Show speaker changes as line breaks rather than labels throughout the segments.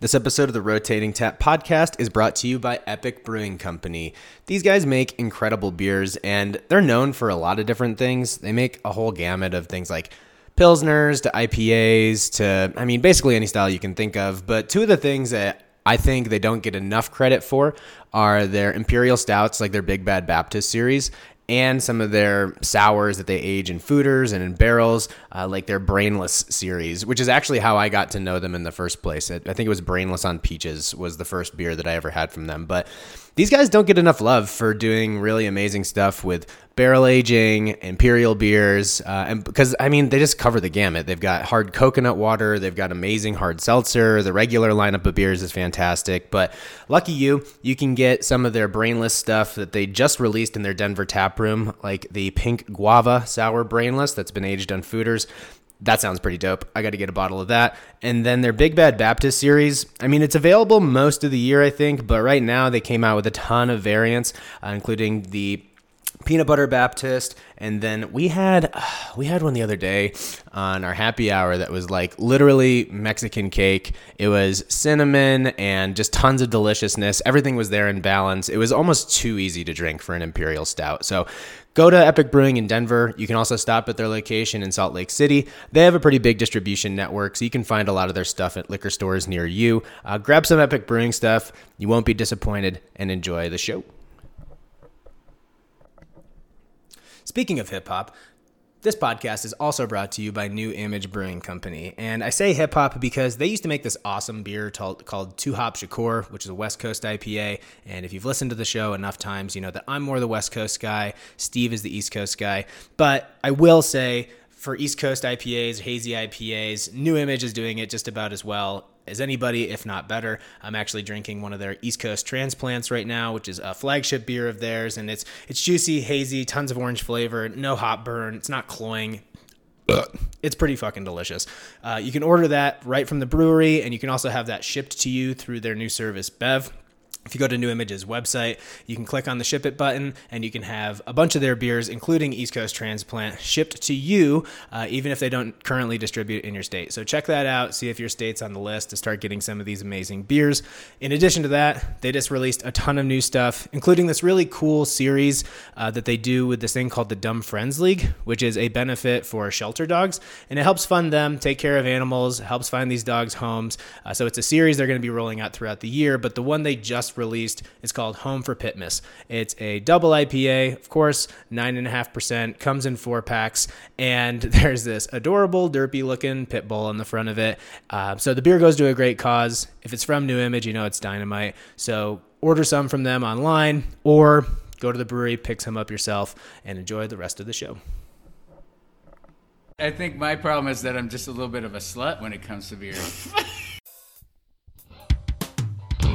This episode of the Rotating Tap podcast is brought to you by Epic Brewing Company. These guys make incredible beers and they're known for a lot of different things. They make a whole gamut of things like pilsners to IPAs to I mean basically any style you can think of, but two of the things that I think they don't get enough credit for are their imperial stouts like their Big Bad Baptist series and some of their sours that they age in fooders and in barrels, uh, like their Brainless series, which is actually how I got to know them in the first place. I I think it was Brainless on Peaches was the first beer that I ever had from them. But these guys don't get enough love for doing really amazing stuff with barrel aging, imperial beers, uh, and because I mean they just cover the gamut. They've got hard coconut water, they've got amazing hard seltzer. The regular lineup of beers is fantastic, but lucky you, you can get some of their brainless stuff that they just released in their Denver tap room, like the pink guava sour brainless that's been aged on fooders. That sounds pretty dope. I got to get a bottle of that. And then their Big Bad Baptist series. I mean, it's available most of the year, I think, but right now they came out with a ton of variants, uh, including the peanut butter baptist and then we had we had one the other day on our happy hour that was like literally mexican cake it was cinnamon and just tons of deliciousness everything was there in balance it was almost too easy to drink for an imperial stout so go to epic brewing in denver you can also stop at their location in salt lake city they have a pretty big distribution network so you can find a lot of their stuff at liquor stores near you uh, grab some epic brewing stuff you won't be disappointed and enjoy the show Speaking of hip hop, this podcast is also brought to you by New Image Brewing Company. And I say hip hop because they used to make this awesome beer tol- called Two Hop Shakur, which is a West Coast IPA. And if you've listened to the show enough times, you know that I'm more the West Coast guy, Steve is the East Coast guy. But I will say for East Coast IPAs, hazy IPAs, New Image is doing it just about as well as anybody, if not better. I'm actually drinking one of their East Coast transplants right now, which is a flagship beer of theirs, and it's it's juicy, hazy, tons of orange flavor, no hop burn. It's not cloying. It's pretty fucking delicious. Uh, you can order that right from the brewery, and you can also have that shipped to you through their new service, Bev. If you go to New Image's website, you can click on the ship it button and you can have a bunch of their beers, including East Coast Transplant, shipped to you, uh, even if they don't currently distribute in your state. So check that out. See if your state's on the list to start getting some of these amazing beers. In addition to that, they just released a ton of new stuff, including this really cool series uh, that they do with this thing called the Dumb Friends League, which is a benefit for shelter dogs. And it helps fund them, take care of animals, helps find these dogs homes. Uh, so it's a series they're going to be rolling out throughout the year. But the one they just released is called Home for Pitmas. It's a double IPA, of course, 9.5%, comes in four packs. And there's this adorable, derpy looking pit bull on the front of it. Uh, so the beer goes to a great cause. If it's from New Image, you know it's dynamite. So order some from them online or go to the brewery, pick some up yourself, and enjoy the rest of the show.
I think my problem is that I'm just a little bit of a slut when it comes to beer.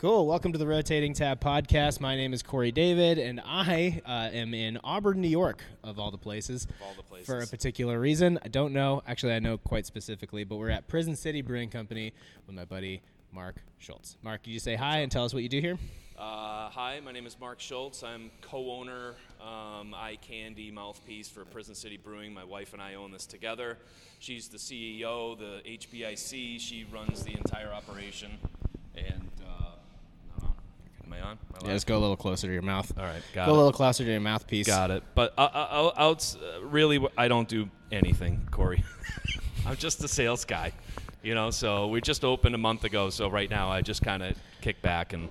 Cool. Welcome to the Rotating Tab podcast. My name is Corey David, and I uh, am in Auburn, New York, of all the places. Of all the places. For a particular reason. I don't know. Actually, I know quite specifically, but we're at Prison City Brewing Company with my buddy Mark Schultz. Mark, could you say hi and tell us what you do here?
Uh, hi, my name is Mark Schultz. I'm co-owner, um, eye candy mouthpiece for Prison City Brewing. My wife and I own this together. She's the CEO, the HBIC. She runs the entire operation. And uh, am I on? Am I
Yeah,
live?
just go a little closer to your mouth. All
right, got
go
it.
a little closer to your mouthpiece.
Got it. But uh, uh, uh, outs, uh, really, wh- I don't do anything, Corey. I'm just a sales guy, you know. So we just opened a month ago. So right now, I just kind of kick back and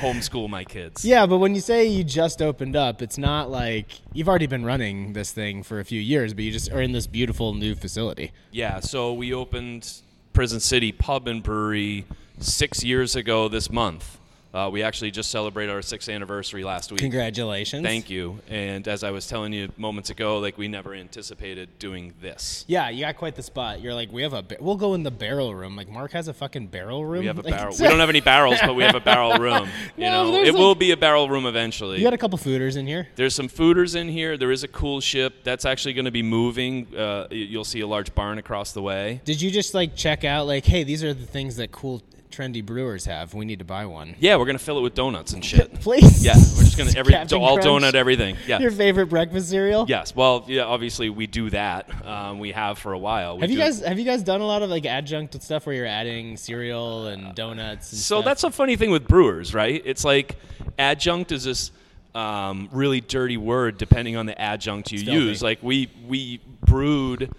homeschool my kids.
Yeah, but when you say you just opened up, it's not like you've already been running this thing for a few years, but you just are in this beautiful new facility.
Yeah, so we opened Prison City Pub and Brewery six years ago this month. Uh, we actually just celebrated our sixth anniversary last week.
Congratulations.
Thank you. And as I was telling you moments ago, like we never anticipated doing this.
Yeah, you got quite the spot. You're like, we have a, ba- we'll go in the barrel room. Like Mark has a fucking barrel room.
We have a
Like,
barrel.
it's-
We don't have any barrels, but we have a barrel room. You
No,
know,
there's
it
like-
will be a barrel room eventually.
You got a couple fooders in here.
There's some fooders in here. There is a cool ship that's actually going to be moving. Uh, y- you'll see a large barn across the way.
Did you just like check out like, hey, these are the things that cool trendy brewers have. We need to buy one.
Yeah, we're going to fill it with donuts and shit.
Please.
Yeah, we're just going to every
Captain
all
Crunch.
donut everything. Yeah.
Your favorite breakfast cereal?
Yes. Well, yeah. Obviously, we do that. Um, we have for a while. We
Have you
do-
guys have you guys done a lot of like adjunct stuff where you're adding cereal and donuts? And
So
stuff?
that's a funny thing with brewers, right? It's like adjunct is this um, really dirty word depending on the adjunct you
It's filthy.
use. Like we we brewed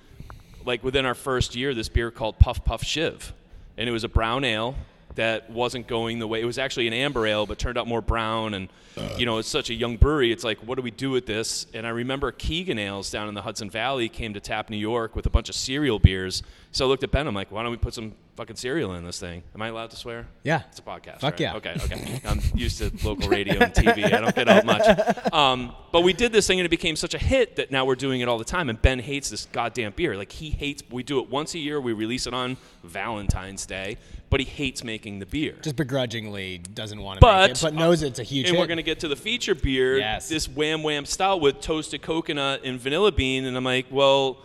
like within our first year this beer called Puff Puff Shiv, and it was a brown ale that wasn't going the way it was actually an amber ale but turned out more brown and you know it's such a young brewery it's like what do we do with this and i remember keegan ales down in the hudson valley came to tap new york with a bunch of cereal beers so i looked at ben i'm like why don't we put some fucking cereal in this thing am i allowed to swear
Yeah.
it's a podcast.
Fuck
right?
yeah.
Okay, okay. I'm used to local radio and TV. I don't get out much. Um, but we did this thing and it became such a hit that now we're doing it all the time. And Ben hates this goddamn beer. Like he hates. We do it once a year. We release it on Valentine's Day. But he hates making the beer.
just begrudgingly doesn't want to
But-
make it, but knows it's a huge.
and we're
hit.
gonna get to the feature beer.
Yes.
This wham wham style with toasted coconut and vanilla bean. And I'm like, well,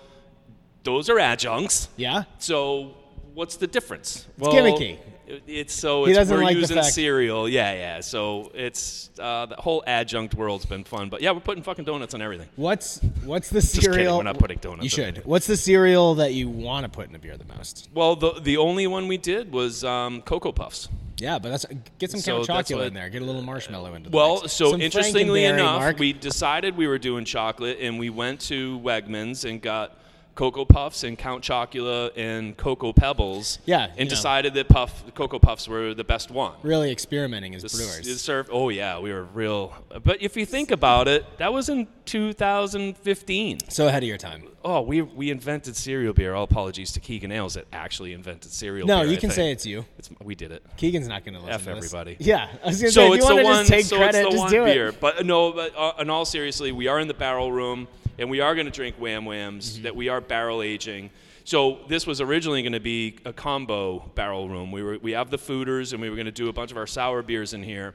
those are adjuncts.
yeah.
So what's the difference? It's
gimmicky.
It's so
He
it's,
doesn't
we're
like the
using
fact-
cereal. Yeah, yeah. So it's uh, the whole adjunct world's been fun, but yeah, we're putting fucking donuts on everything.
What's what's the
kidding,
cereal?
we're not putting donuts
You
in
should.
it.
What's the cereal that you want to put in a beer the most?
Well, the the only one we did was um, cocoa puffs.
Yeah, but that's get some
So
Count
that's
Chocula
what-
in there. Get a little marshmallow into the
Well,
mix.
so
Some
interestingly
Frankenberry,
enough,
Mark.
we decided we were doing chocolate, and we went to Wegmans and got cocoa puffs and Count Chocula and cocoa pebbles.
Yeah, you know.
and decided that puff cocoa puffs were the best one.
really experimenting as
The s-
brewers.
the surf- oh yeah, we were real. But if you think about it, that was in 2015.
so ahead of your time.
Oh, we we invented cereal beer. All apologies to Keegan Ailes that actually invented cereal
No,
beer.
you
I
can
think.
say it's you.
It's we did it.
Keegan's not going to listen
F
to this.
everybody.
Yeah, I was going to say,
So
if
it's
you
the
want to
one.
just take
so
credit,
it's the
just
one
do
beer.
it.
But no, but uh, in all seriously, we are in the barrel room, and we are going to drink wham whams
Mm-hmm.
that we are barrel aging. So this was originally going to be a combo barrel room. We were we have the fooders, and we were going to do a bunch of our sour beers in here.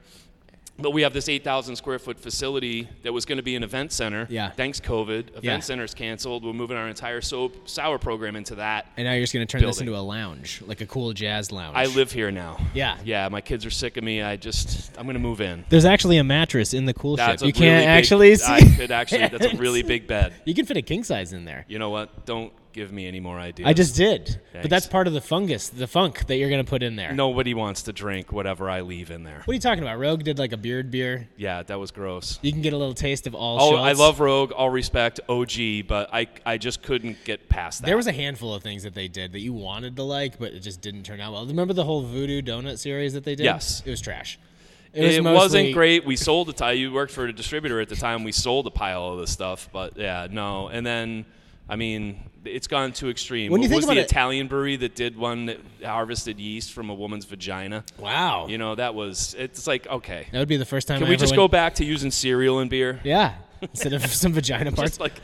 But we have this 8,000 square foot facility that was going to be an event center.
Yeah.
Thanks, COVID. Event
Yeah.
center's canceled. We're moving our entire so- sour program into that.
And now you're just going to turn this
Building.
into a lounge, like a cool jazz lounge.
I live here now.
Yeah.
Yeah, my kids are sick of me. I just, I'm going to move in.
There's actually a mattress in the cool
That's
ship.
a
You
really
can't
big-
actually see.
I could actually. That's a really big bed.
You can fit a king size in there.
You know what? Don't give me any more ideas.
I just did, but that's
Thanks.
part of the fungus, the funk that you're going to put in there.
nobody wants to drink whatever I leave in there.
What are you talking about? Rogue did like a beard beer.
Yeah, that was gross.
You can get a little taste of all.
Oh, I
Schultz.
love Rogue. All respect, OG, but I I just couldn't get past that.
There was a handful of things that they did that you wanted to like, but it just didn't turn out well. Remember the whole Voodoo Donut series that they did?
Yes.
It was trash.
it wasn't
mostly-
great. We sold a tie. You worked for a distributor at the time. We sold a pile of this stuff, but yeah, no. And then, I mean, it's gone too extreme.
When you
What
think
was
about
the
it-
Italian brewery that did one that harvested yeast from a woman's vagina?
Wow.
You know, that was. It's like okay.
that would be the first time.
Can
I
we
ever
just
went-
go back to using cereal and beer?
Yeah. Instead of some vagina parts.
Just like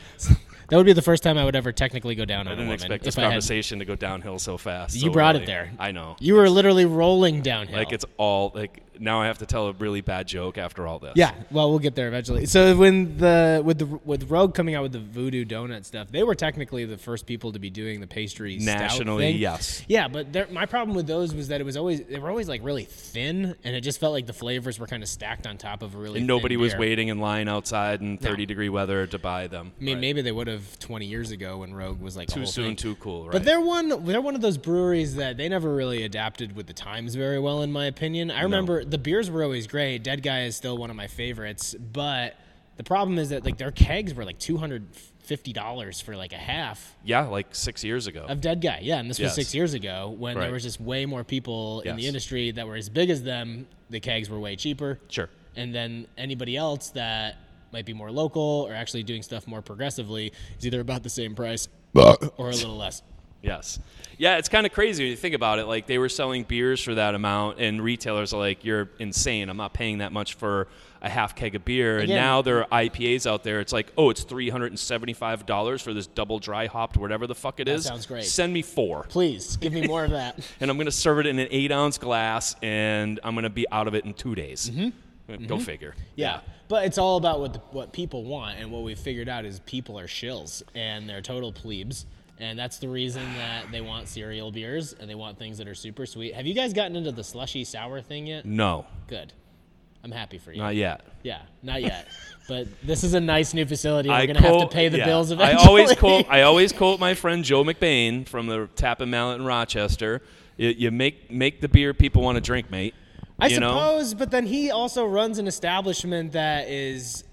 that would be the first time I would ever technically go down on
I
a
didn't
woman.
expect
if
this
I had-
conversation to go downhill so fast.
You
so
brought
early.
it there.
I know.
You were literally rolling downhill.
like it's all like now. I have to tell a really bad joke after all this.
Yeah, well, we'll get there eventually. So when the with the with Rogue coming out with the Voodoo Donut stuff, they were technically the first people to be doing the pastry stout
Nationally,
thing.
yes.
Yeah, but there, my problem with those was that it was always they were always like really thin, and it just felt like the flavors were kind of stacked on top of a really.
And nobody
thin
was
beer.
waiting in line outside in 30 degree weather to buy them.
I mean, maybe they would have 20 years ago when Rogue was like a
too
whole
soon,
thing.
too cool, right?
But they're one they're one of those breweries that they never really adapted with the times very well, in my opinion. I remember the beers were always great. Dead Guy is still one of my favorites, but the problem is that like their kegs were like two hundred fifty dollars for like a half
yeah, like six years ago.
of Dead Guy. Yeah, and this was
Yes.
six years ago when
Right.
there was just way more people in the
Yes.
industry that were as big as them. The kegs were way cheaper.
Sure.
And then anybody else that might be more local or actually doing stuff more progressively is either about the same price or a little less.
Yes. Yeah, it's kind of crazy when you think about it. Like they were selling beers for that amount, and retailers are like, "You're insane! I'm not paying that much for a half keg of beer." And
Again-
now there are IPAs out there. It's like, "Oh, it's three hundred and seventy-five dollars for this double dry hopped, whatever the fuck it is."
sounds great.
Send me four,
Please give me more of that.
and I'm gonna serve it in an eight-ounce glass, and I'm gonna be out of it in two days.
Mm-hmm.
Go figure.
Yeah, but it's all about what the, what people want, and what we've figured out is people are shills and they're total plebes, and that's the reason that they want cereal beers and they want things that are super sweet. Have you guys gotten into the slushy sour thing yet?
No,
Good, I'm happy for you.
not yet.
Yeah, not yet, but this is a nice new facility. We're
I
gonna have
quote-
to pay the
yeah.
bills eventually.
I always quote. I always quote my friend Joe McBain from the Tap and Mallet in Rochester. You, you make make the beer people want to drink, mate.
I
you know?
suppose, but then he also runs an establishment that is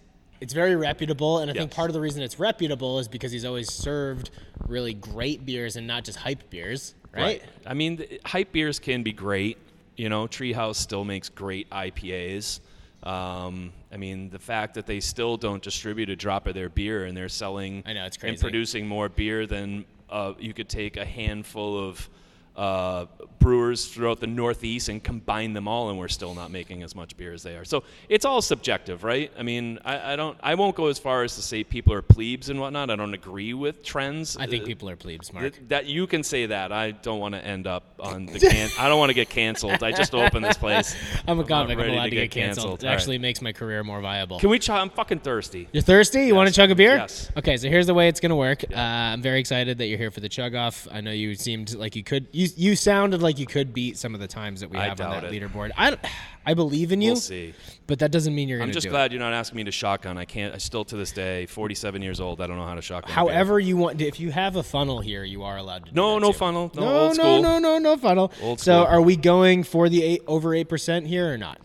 it's very reputable, and I think
Yes.
part of the reason it's reputable is because he's always served really great beers and not just hype beers, right?
I mean, the, hype beers can be great. You know, Treehouse still makes great IPAs. Um, I mean, the fact that they still don't distribute a drop of their beer and they're selling
I know, it's
and
crazy.
producing more beer than uh, you could take a handful of uh, brewers throughout the Northeast and combine them all, and we're still not making as much beer as they are. So it's all subjective, right? I mean, I, I don't, I won't go as far as to say people are plebes and whatnot. I don't agree with trends.
I think
Uh,
people are plebes, Mark.
Th- that you can say that. I don't want to end up on the can. I don't want to get canceled. I just opened this place.
I'm a
not
convict. I'm
ready
allowed
to
to
get
get canceled.
canceled.
It
All
actually
right.
makes my career more viable.
Can we? Ch- I'm fucking thirsty.
You're thirsty? You want to chug a beer?
Yes.
Okay, so here's the way it's gonna work. Uh, I'm very excited that you're here for the chug off. I know you seemed like you could. You you sounded like you could beat some of the times that we
I
have on
doubt it.
that leaderboard. I don't- I believe in you.
We'll see.
But that doesn't mean you're gonna.
I'm just
do it.
glad you're not asking me to shotgun. I can't. I still to this day, 47 years old. I don't know how to shotgun. a beer.
However, you want if you have a funnel here, you are allowed to. Do
no,
that
no
too.
funnel. No,
No,
old
no,
school.
no, no, no funnel.
Old
so,
school.
are we going for the eight over eight percent here or not?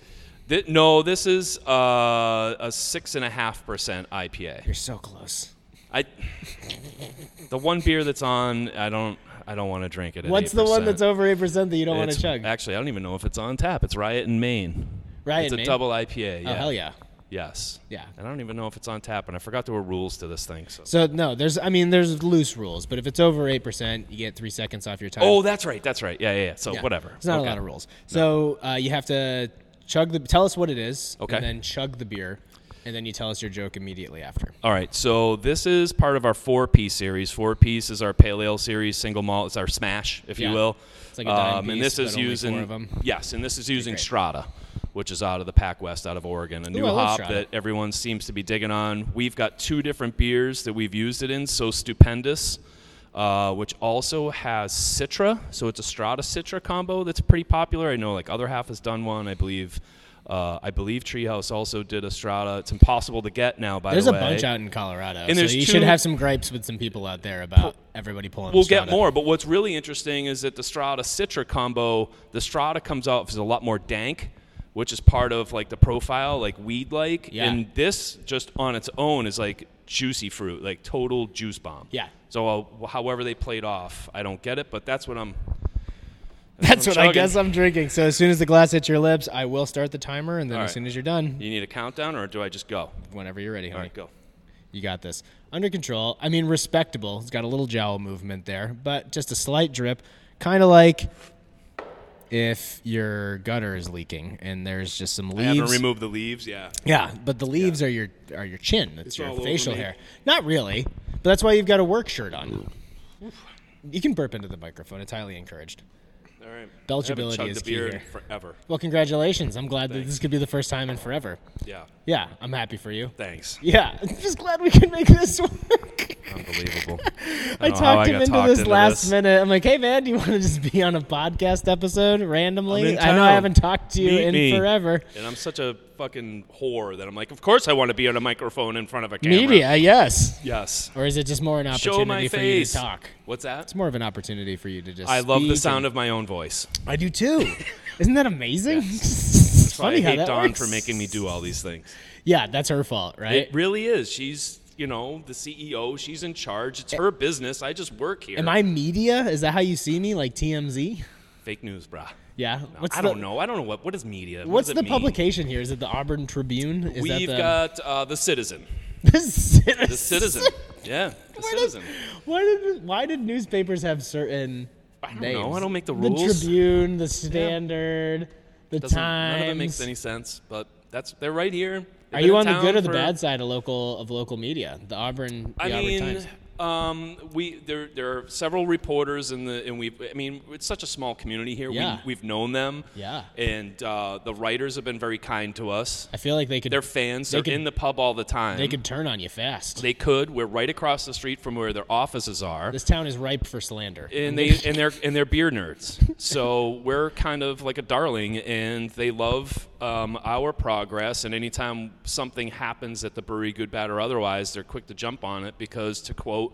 Thi- no, this is uh, a six and a half percent IPA.
You're so close.
I. The one beer that's on, I don't. I don't want to drink it. At
What's the one
8%.
that's over eight percent that you don't want to
It's-
chug?
Actually, I don't even know if it's on tap. It's Riot in Maine.
Riot
It's a
in Maine?
double IPA. Yeah.
Oh hell yeah!
Yes.
Yeah.
And I don't even know if it's on tap, and I forgot there were rules to this thing. So.
So no, there's I mean there's loose rules, but if it's over eight percent, you get three seconds off your time.
Oh, that's right. That's right. Yeah, yeah. yeah. So
Yeah.
whatever.
It's not
Okay.
a lot of rules. So uh, you have to chug the. Tell us what it is.
Okay.
And then chug the beer, and then you tell us your joke immediately after.
All right. So this is part of our four piece series. Four piece is our pale ale series. Single malt is our smash, if
Yeah.
you will. Um,
It's like a dime
and
piece,
this is
but only four
using
of 'em.
yes, and this is using
great.
Strata, which is out of the Pack West, out of Oregon, a new
I love
hop
Strata.
that everyone seems to be digging on. We've got two different beers that we've used it in. So stupendous. Uh, which also has Citra, so it's a Strata Citra combo that's pretty popular. I know like other half has done one. I believe, uh, I believe Treehouse also did a Strata. It's impossible to get now. By
There's
the
a
way,
bunch out in Colorado,
And
so
there's
you should
two-
have some gripes with some people out there about everybody pulling.
We'll
the
get
Strata.
more, but what's really interesting is that the Strata Citra combo, the Strata comes out as a lot more dank, which is part of like the profile, like weed like.
Yeah.
And this just on its own is like juicy fruit, like total juice bomb.
Yeah.
So uh, however they played off, I don't get it, but that's what I'm.
That's
I'm
what I
chugging.
guess I'm drinking. So as soon as the glass hits your lips, I will start the timer, and then
All
as
right.
soon as you're done,
You need a countdown, or do I just go?
whenever you're ready,
All
honey,
right, go.
you got this. Under control. I mean, respectable. It's got a little jowl movement there, but just a slight drip, kind of like if your gutter is leaking and there's just some
I haven't
leaves.
removed the leaves. Yeah.
Yeah, but the leaves are your are your chin. That's your
all over
facial
me.
hair. Not really, but that's why you've got a work shirt on. You can burp into the microphone. It's highly encouraged.
All right.
Belchability
I haven't chugged
is
the
key
beer
here.
in forever.
Well, congratulations. I'm glad that
Thanks.
this could be the first time in forever.
Yeah.
Yeah, I'm happy for you.
Thanks.
Yeah, I'm just glad we can make this work.
Unbelievable. don't know how
I talked
I
him
got
into
talked
this
into
last
this.
minute. I'm like, hey man, do you want to just be on a podcast episode
I'm
randomly?
in
I know I
town.
haven't talked to you
Meet
in
me.
forever.
And I'm such a fucking whore that I'm like, of course I want to be on a microphone in front of a camera.
Media, yes.
Yes.
Or is it just more an
Show my
opportunity for you to
face.
talk?
What's that?
It's more of an opportunity for you to just.
I love the
speak
sound
and-
of my own voice.
I do too. Isn't that amazing? it's
So I
funny how
hate
that
Dawn
works.
for making me do all these things.
Yeah, that's her fault, right?
It really is. She's, you know, the CEO. She's in charge. It's her business. I just work here.
Eh. Am I media? Is that how you see me? Like TMZ?
Fake news, brah.
Yeah.
No,
what's
I
the,
don't know. I don't know what. What is media? What
What's
does it
the
mean?
publication here? Is it the Auburn Tribune? Is
We've
that the,
got uh, the Citizen.
the Citizen?
The Citizen. Yeah, the citizen.
Why did why did newspapers have certain
I don't
names?
know. I don't make the
The
rules.
Tribune, the Standard, the
Doesn't-
Times.
None of it makes any sense. But that's they're right here. They've
Are
been
you
in
on the
town
good or the
for-
bad side of local of local media? The Auburn, the
I
Auburn
mean,
Times.
um, we there there are several reporters in the and we I mean it's such a small community here.
Yeah.
We, we've known them.
Yeah.
And uh, the writers have been very kind to us.
I feel like they could
They're fans.
They
They're
could-
in the pub all the time.
they could turn on you fast.
They could. We're right across the street from where their offices are.
this town is ripe for slander.
and they and they're and they're beer nerds. So we're kind of like a darling, and they love um, our progress. And anytime something happens at the brewery, good, bad, or otherwise, they're quick to jump on it because, to quote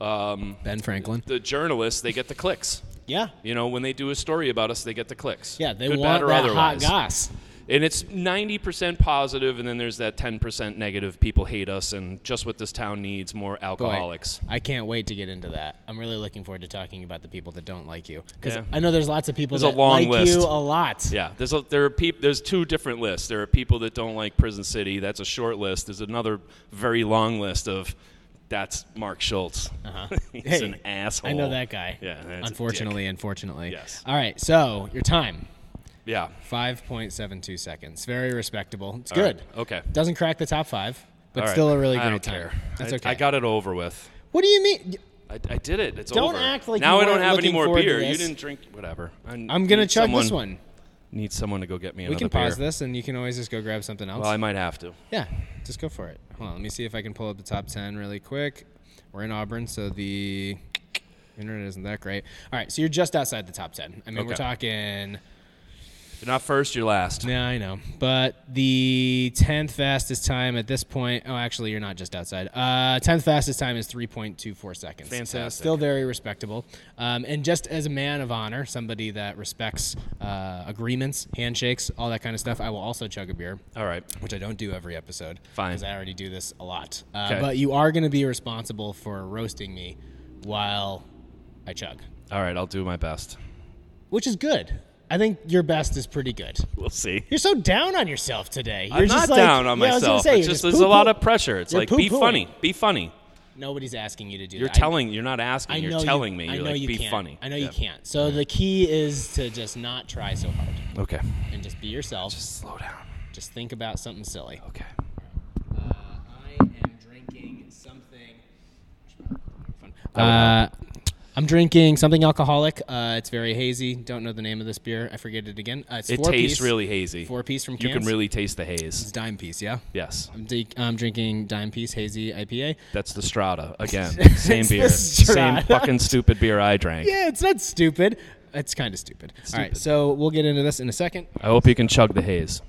um,
ben Franklin.
the journalists, they get the clicks.
Yeah.
You know, when they do a story about us, they get the clicks.
Yeah, they
good,
want
bad, or
that
otherwise.
hot goss.
And it's 90% positive, and then there's that 10% negative. People hate us, and just what this town needs more
Boy,
alcoholics.
I can't wait to get into that. I'm really looking forward to talking about the people that don't like you because
Yeah.
I know there's lots of people
There's a
that
long
like
list.
you a lot.
Yeah, there's a, there are peop, there's two different lists. There are people that don't like Prison City. That's a short list. There's another very long list of that's Mark Schultz. Uh-huh. He's
Hey,
an asshole.
I know that guy.
Yeah, that's a dick.
Unfortunately, unfortunately.
Yes.
All right. So your time,
Yeah.
five point seven two seconds. Very respectable. It's
All
good.
right, Okay.
Doesn't crack the top five, but
All right.
still a really
I don't
great time.
care.
That's
I-
okay.
I got it over with.
What do you mean?
I, I did it. It's
Don't
over.
act like
now
you
I don't
weren't
have any
looking
more
forward to
beer. You
this.
didn't drink. Whatever. I
I'm gonna
need
chug this
someone-
one.
Need someone to go get me
We
another
can pause
beer.
this, and you can always just go grab something else.
Well, I might have to.
yeah, just go for it. Hold on, let me see if I can pull up the top ten really quick. We're in Auburn, so the internet isn't that great. All right, so you're just outside the top ten. I mean,
Okay.
we're talking.
If you're not first, you're last.
Yeah, I know. But the tenth fastest time at this point. Oh, actually, you're not just outside. Uh, tenth fastest time is three point two four seconds. So
Fantastic.
still very respectable. Um, and just as a man of honor, somebody that respects uh, agreements, handshakes, all that kind of stuff, I will also chug a beer
All right.
which I don't do every episode.
Fine.
Because I already do this a lot. Uh,
Okay.
But you are going to be responsible for roasting me while I chug,
All right. I'll do my best.
which is good. I think your best is pretty good.
We'll see.
You're so down on yourself today. You're
I'm
just
not
like-
down on
Yeah, I was gonna
myself.
say,
it's
you're
just, there's a lot of
poo-poo.
pressure. It's
You're
like be
poo-pooing.
funny, be funny.
Nobody's asking you to do
You're
that. I-
telling, you're not asking,
I
you're
know you-
telling me.
I
You're
know
like
you
be
can't.
funny.
I know
Yeah.
you can't. So the key is to just not try so hard
Okay,
and just be yourself. Just,
slow down.
think about something silly.
Okay,
Uh, I am drinking something. Uh, I'm drinking something alcoholic. Uh, it's very hazy. Don't know the name of this beer. I forget it again. Uh, it's
it
four
tastes
piece.
really hazy.
four piece from
You can
cans.
really taste the
It's
haze.
dime piece. Yeah.
Yes,
I'm, di- I'm drinking dime piece hazy IPA.
that's the Strata again. Same
It's the
beer, same
Strata.
fucking stupid beer I drank.
Yeah, it's not stupid. It's kind of stupid. All right,
stupid.
so we'll get into this in a second.
I hope you can chug the haze.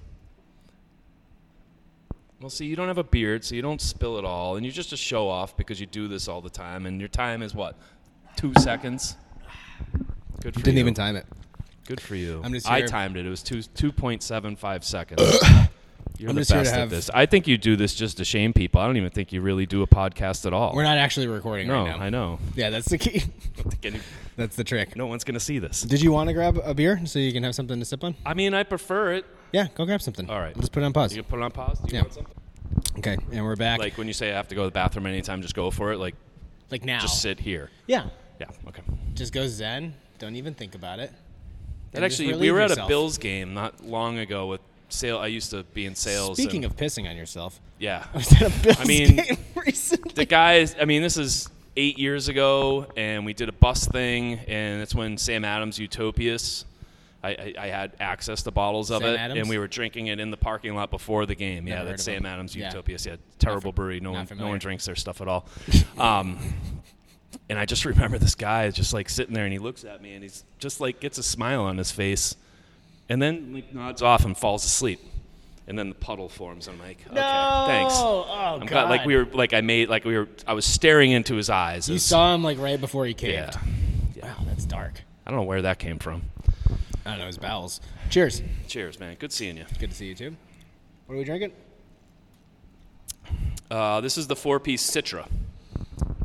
Well, see, you don't have a beard, so you don't spill it all, and you're just a show off because you do this all the time, and your time is what, two seconds. Good for
Didn't
you.
even time it.
Good for you.
I'm just
I
here-
timed it. It was two two point seven five seconds. You're
I'm
the
just here to
best at
have-
this. I think you do this just to shame people. I don't even think you really do a podcast at all.
We're not actually recording
No,
right now.
I know.
Yeah, that's the key. that's the trick.
No one's gonna see this.
Did you want to grab a beer so you can have something to sip on?
I mean, I prefer it.
Yeah, go grab something.
All right.
Let's put it on pause.
You can put it on pause. Do you
Yeah.
want something?
Okay, and we're back.
Like when you say I have to go to the bathroom anytime, just go for it. Like
Like now.
just sit here.
Yeah.
Yeah. Okay.
Just go zen. Don't even think about it.
That
just
actually, we
relieve
were at a
yourself.
Bills game not long ago with sale. I used to be in sales.
Speaking
and-
of pissing on yourself,
yeah,
I was at a Bills
I mean,
game recently.
the guys i mean this is eight years ago and we did a bus thing and that's when sam adams utopias I, I, I had access to bottles of
Sam
it
Adams?
and we were drinking it in the parking lot before the game
Never
yeah
heard
that's
of
sam
it.
adams
Yeah.
utopias yeah terrible brewery no
not
one, no
familiar.
one drinks their stuff at all um, and i just remember this guy is just like sitting there and he looks at me and he's just like gets a smile on his face and then like nods off and falls asleep and then the puddle forms i'm like okay thanks
Oh, oh
I'm
God.
glad, like we were, like I made, like we were, I was staring into his eyes.
You
as-
saw him like right before he caved.
yeah, yeah.
Wow, that's dark.
I don't know where that came from.
I don't know his bowels. Cheers.
Cheers, man. Good seeing you.
Good to see you too. What are we drinking?
Uh, this is the four-piece Citra.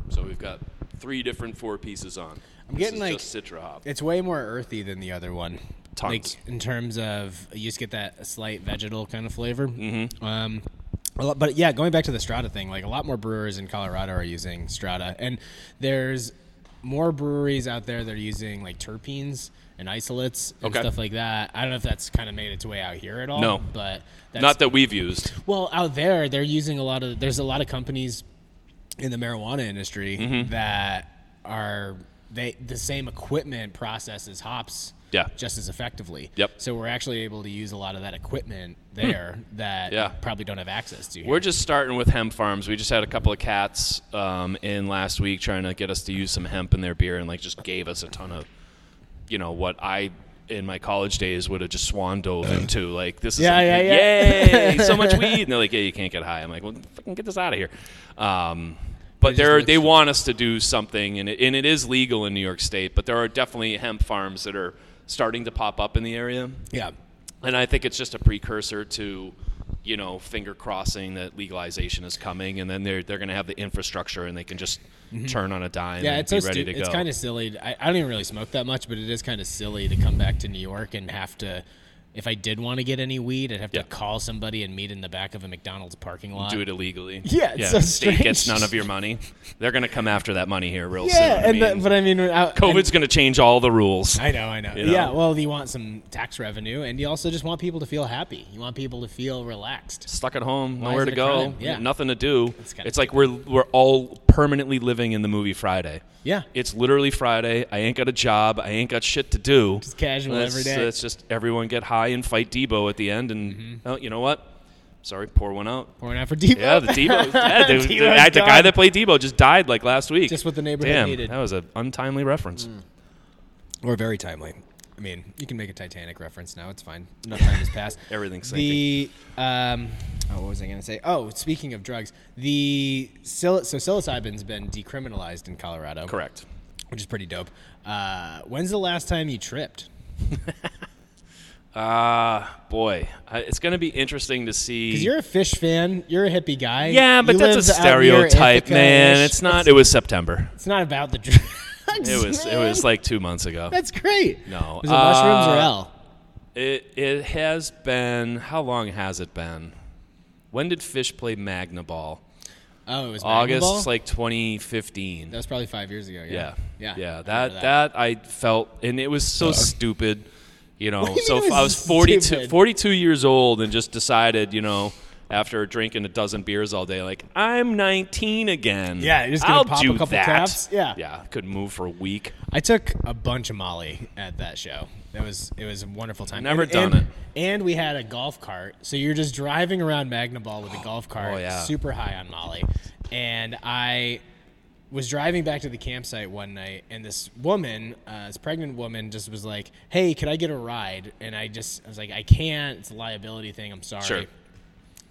So we've got three different four pieces on. I'm
getting, like-
just Citra hop.
It's way more earthy than the other one.
Tons.
Like in terms of you just get that slight vegetal kind of flavor. Mm-hmm. Um, a A lot, but yeah, going back to the Strata thing, like a lot more brewers in Colorado are using Strata, and there's more breweries out there that are using like terpenes and isolates and
Okay.
stuff like that. I don't know if that's kind of made its way out here at all.
No.
but that's,
Not that we've used.
well, out there, they're using a lot of. There's a lot of companies in the marijuana industry that are they the same equipment processes hops.
Yeah.
Just as effectively.
Yep. Hmm.
So we're actually able to use a lot of that equipment there that
Yeah.
probably don't have access to. Here.
We're just starting with hemp farms. We just had a couple of cats um, in last week trying to get us to use some hemp in their beer, and like just gave us a ton of, you know, what I in my college days would have just swan dove into. Like this is
Yeah, yeah, yeah.
yay, so much weed. And they're like, yeah, you can't get high. I'm like, well, fucking get this out of here. Um, but
They're just
they're,
like-
they want us to do something, and it, and it is legal in New York State. But there are definitely hemp farms that are starting to pop up in the area
yeah.
and I think it's just a precursor to, you know, finger crossing that legalization is coming, and then they're they're going to have the infrastructure and they can just turn on a dime.
Mm-hmm. Yeah,
and
it's
be
so stu-
ready to
it's
go.
kind of silly. I, I don't even really smoke that much, but it is kind of silly to come back to New York and have to. If I did want to get any weed, I'd have
Yeah.
to call somebody and meet in the back of a McDonald's parking lot.
do it illegally.
Yeah, it's so
the state gets
strange.
none of your money. They're going to come after that money here real soon.
yeah,
I
and the,
mean,
but I mean, I, and-
COVID's going to change all the rules.
I know, I know.
know?
Yeah, well, you want some tax revenue, and you also just want people to feel happy. You want people to feel relaxed.
Stuck at home,
Why
nowhere
is
to
it a
go,
crime? Yeah.
nothing to do.
It's
It's,
kinda
like we're we're all permanently living in the movie Friday.
Yeah.
It's literally Friday. I ain't got a job. I ain't got shit to do.
Just casual
Let's-
every day. Mm-hmm.
Let's just everyone get high and fight Debo at the end. And oh, you know what? Sorry, pour one out.
Pouring out for Debo.
Yeah, the Debo. yeah, the, the-
Debo's
the guy
gone.
that played Debo just died like last week.
Just what the neighborhood
Damn,
needed.
that was an untimely reference.
Or very timely. I mean, you can make a Titanic reference now. It's fine. Enough time has passed.
Everything's
the. Um, oh, what was I going to say? Oh, speaking of drugs, the psil- so psilocybin's been decriminalized in Colorado,
Correct.
which is pretty dope. Uh, when's the last time you tripped?
Ah, boy, I, it's going to be interesting to see.
Because you're a fish fan, you're a hippie guy.
yeah, but
You
that's a
live out near
stereotype,
Ithaca-ish.
man. It's not. It was September.
It's not about the drugs.
It was. It
man.
was like two months ago.
That's great.
No,
Was it mushrooms or
uh,
L?
It it has been. How long has it been? When did Fish play Magna Ball?
Oh, it was
August
Magnum Ball?
like 2015.
that was probably five years ago. Yeah.
yeah.
Yeah.
Yeah.
I remember
That, that I felt and it was so stupid, you know.
do you
so
mean it
if I
was
was 42
stupid?
42 years old and just decided, you know, after drinking a dozen beers all day like I'm 19 again.
Yeah, you're just gonna
I'll
pop a
do
couple
that.
taps? Yeah.
Yeah, couldn't move for a week.
I took a bunch of Molly at that show. That was it was a wonderful time.
Never
And-
done
and-
it.
And we had a golf cart, so you're just driving around Magna Ball with a golf cart,
Oh, yeah.
super high on Molly. And I was driving back to the campsite one night, and this woman, uh, this pregnant woman, just was like, "Hey, could I get a ride?" And I just I was like, "I can't. It's a liability thing. I'm sorry."
Sure.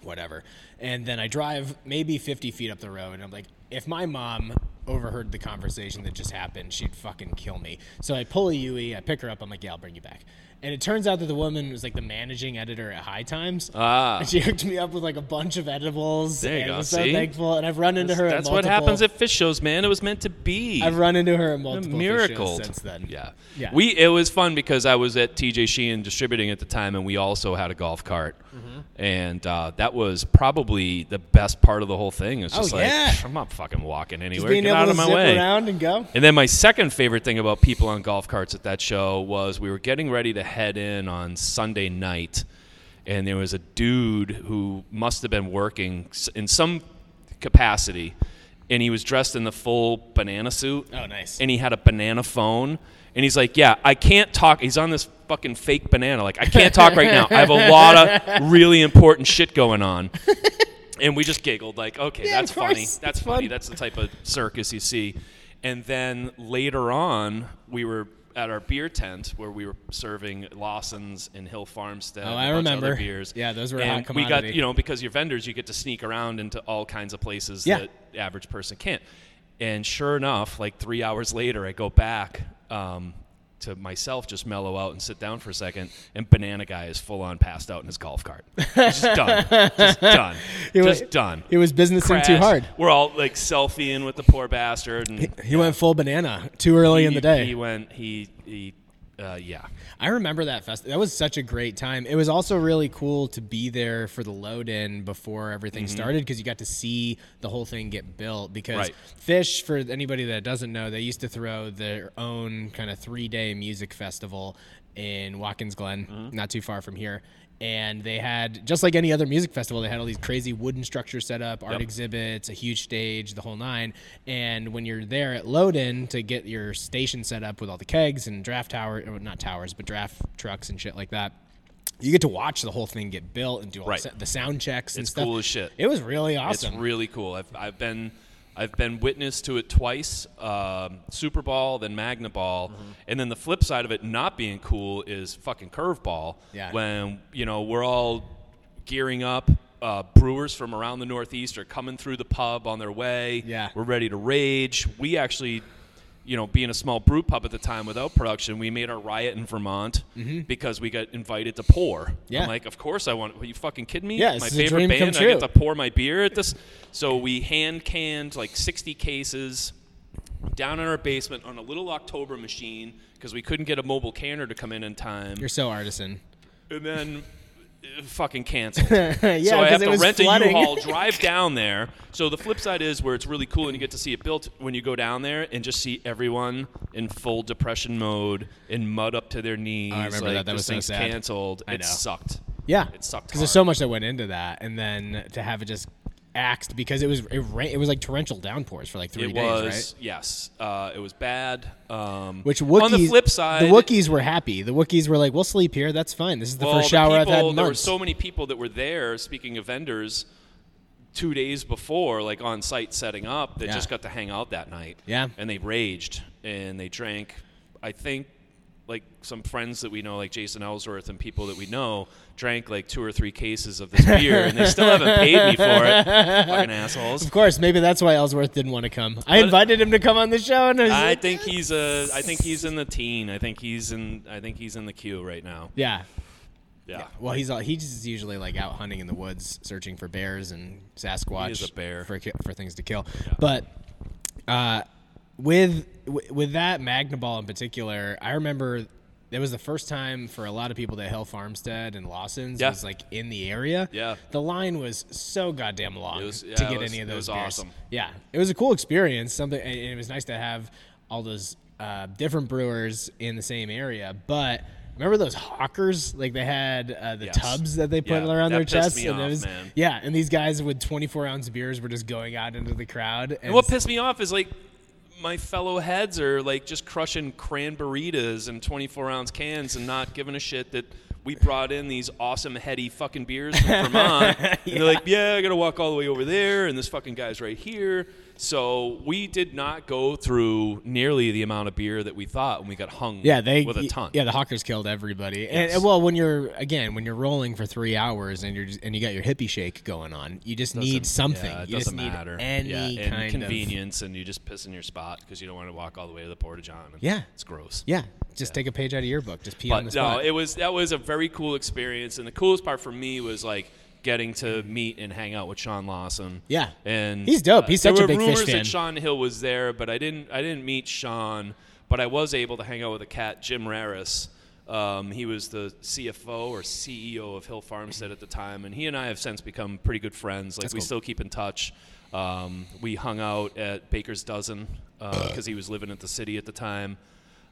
whatever. And then I drive maybe 50 feet up the road, and I'm like, if my mom overheard the conversation that just happened, she'd fucking kill me. So I pull a UE, I pick her up, I'm like, yeah, I'll bring you back. And it turns out that the woman was like the managing editor at High Times.
Ah.
And she hooked me up with like a bunch of edibles.
There you
and
go,
was so
see?
thankful. And I've run into her. at
That's what
multiple-
happens at fish shows, man. It was meant to be.
I've run into her at
A
multiple fish shows
miracle
since then.
Yeah.
Yeah.
We it was fun because I was at TJ Sheehan distributing at the time, and we also had a golf cart,
Mm-hmm.
and uh, that was probably the best part of the whole thing. It was
Oh,
just
yeah.
like I'm not fucking walking
Just
anywhere.
being
Get
able
out
to
of my
zip
way.
around and go.
And then my second favorite thing about people on golf carts at that show was we were getting ready to head in on Sunday night, and there was a dude who must have been working s- in some capacity, and he was dressed in the full banana suit
Oh, nice.
and he had a banana phone and he's like yeah i can't talk he's on this fucking fake banana like i can't talk right now i have a lot of really important shit going on and we just giggled like okay
Yeah,
that's
of course.
funny that's
It's fun.
funny that's the type of circus you see and then later on we were at our beer tent where we were serving Lawson's and Hill Farmstead.
Oh,
and a
I
bunch of other
remember.
beers.
Yeah, those were a
and
hot
We got
commodity.
you know because you're vendors, you get to sneak around into all kinds of places
Yeah.
that the average person can't. And sure enough, like three hours later, I go back um, to myself, just mellow out and sit down for a second. And Banana Guy is full on passed out in his golf cart. He's just done. Just done.
was-
just done.
It was businessing too
Crashed.
hard.
We're all like selfieing with the poor bastard. And
He went full banana too early in
he-
the day.
He went. He he
Uh, yeah, I remember that fest. That was such a great time. It was also really cool to be there for the load in before everything started because you got to see the whole thing get built. Because
Right.
Fish, for anybody that doesn't know, they used to throw their own kind of three day music festival in Watkins Glen,
Mm-hmm.
not too far from here. And they had, just like any other music festival, they had all these crazy wooden structures set up, art exhibits, a huge stage, the whole nine. And when you're there at load in to get your station set up with all the kegs and draft tower, or not towers, but draft trucks and shit like that, you get to watch the whole thing get built and do all
Right.
the, sa- the sound checks and
It's
stuff.
cool as shit.
It was really awesome.
It's really cool. I've, I've been I've been witness to it twice: um, Super Bowl, then Magna Ball,
Mm-hmm.
and then the flip side of it not being cool is fucking curveball.
Yeah.
When you know we're all gearing up. Uh, brewers from around the Northeast are coming through the pub on their way.
Yeah.
We're ready to rage. We actually, you know, being a small brew pub at the time without production, we made our riot in Vermont because we got invited to pour.
Mm-hmm. Yeah.
I'm like, of course I want. Are you fucking kidding me?
Yeah,
my
it's a
favorite
dream come
band. I
true.
get to pour my beer at this. So we hand canned like 60 cases down in our basement on a little October machine because we couldn't get a mobile canner to come in in time,
You're so artisan.
and then uh, fucking canceled.
yeah,
so I have
'cause it
to
was
rent a
flooding.
U-Haul, drive down there. So the flip side is where it's really cool and you get to see it built when you go down there and just see everyone in full depression mode in mud up to their knees.
I remember
like,
that. That
this
was so
thing's
sad.
canceled.
I
it
know.
sucked.
Yeah,
It sucked
because there's
hard.
so much that went into that, and then to have it just axed because it was it, ra- it was like torrential downpours for like three
It
days,
was
right?
yes, uh, it was bad. Um,
Which Wookiees,
on the flip side,
the Wookiees were happy. The Wookiees were like, "We'll sleep here. That's fine. This is the
well,
first shower
people,
I've had in
There were
months."
so many people that were there. Speaking of vendors, two days before, like on site setting up, that
Yeah.
just got to hang out that night.
Yeah.
and they raged and they drank. I think like some friends that we know, like Jason Ellsworth and people that we know, drank like two or three cases of this beer, and they still haven't paid me for it. Fucking assholes.
of course, maybe that's why Ellsworth didn't want to come. I invited him to come on the show, and I was
I
like,
think he's a. I think he's in the teen. I think he's in. I think he's in the queue right now.
"Yeah."
Yeah.
Well, he's all, he's just usually like out hunting in the woods, searching for bears and Sasquatch.
He is a bear.
for ki- for things to kill. But uh, with wi- with that Magna Ball in particular, I remember it was the first time for a lot of people that Hill Farmstead and Lawson's
Yeah.
was like in the area.
Yeah.
the line was so goddamn long
was- yeah,
to
it
get
was-
any of
it was
those. beers.
awesome.
Yeah, it was a cool experience. Something, and and it was nice to have all those uh, different brewers in the same area. But remember those hawkers? Like they had uh, the
Yes.
tubs that they put
Yeah,
around
that
their
pissed
chests,
me
and it
off,
was
man.
yeah. And these guys with 24 ounce beers were just going out into the crowd. And
And what pissed me off is like my fellow heads are like just crushing cran burritas in 24 ounce cans and not giving a shit that we brought in these awesome heady fucking beers from Vermont. And they're like, yeah, I gotta walk all the way over there, and this fucking guy's right here. So we did not go through nearly the amount of beer that we thought, and we got hung
yeah, they
with a ton.
Yeah, the hawkers killed everybody. And,
Yes.
and, well, when you're again, when you're rolling for three hours and you're just, and you got your hippie shake going on, you just need something.
Yeah, it
you just
doesn't
need
matter.
any
yeah, and
kind of
convenience, and you just piss in your spot because you don't want to walk all the way to the Porta John. and
Yeah.
it's gross.
Yeah, just take a page out of your book. Just pee on the
But no,
spot.
it was that was a very cool experience, and the coolest part for me was like getting to meet and hang out with Sean Lawson.
Yeah.
and
He's dope. He's
there
such a
were
big Fish
rumors
fan.
that Sean Hill was there, but I didn't. I didn't meet Sean, but I was able to hang out with a cat, Jim Raris. Um, he was the CFO or CEO of Hill Farmstead at the time, and he and I have since become pretty good friends. Like we
cool.
still keep in touch. Um, we hung out at Baker's Dozen because he was living at the city at the time,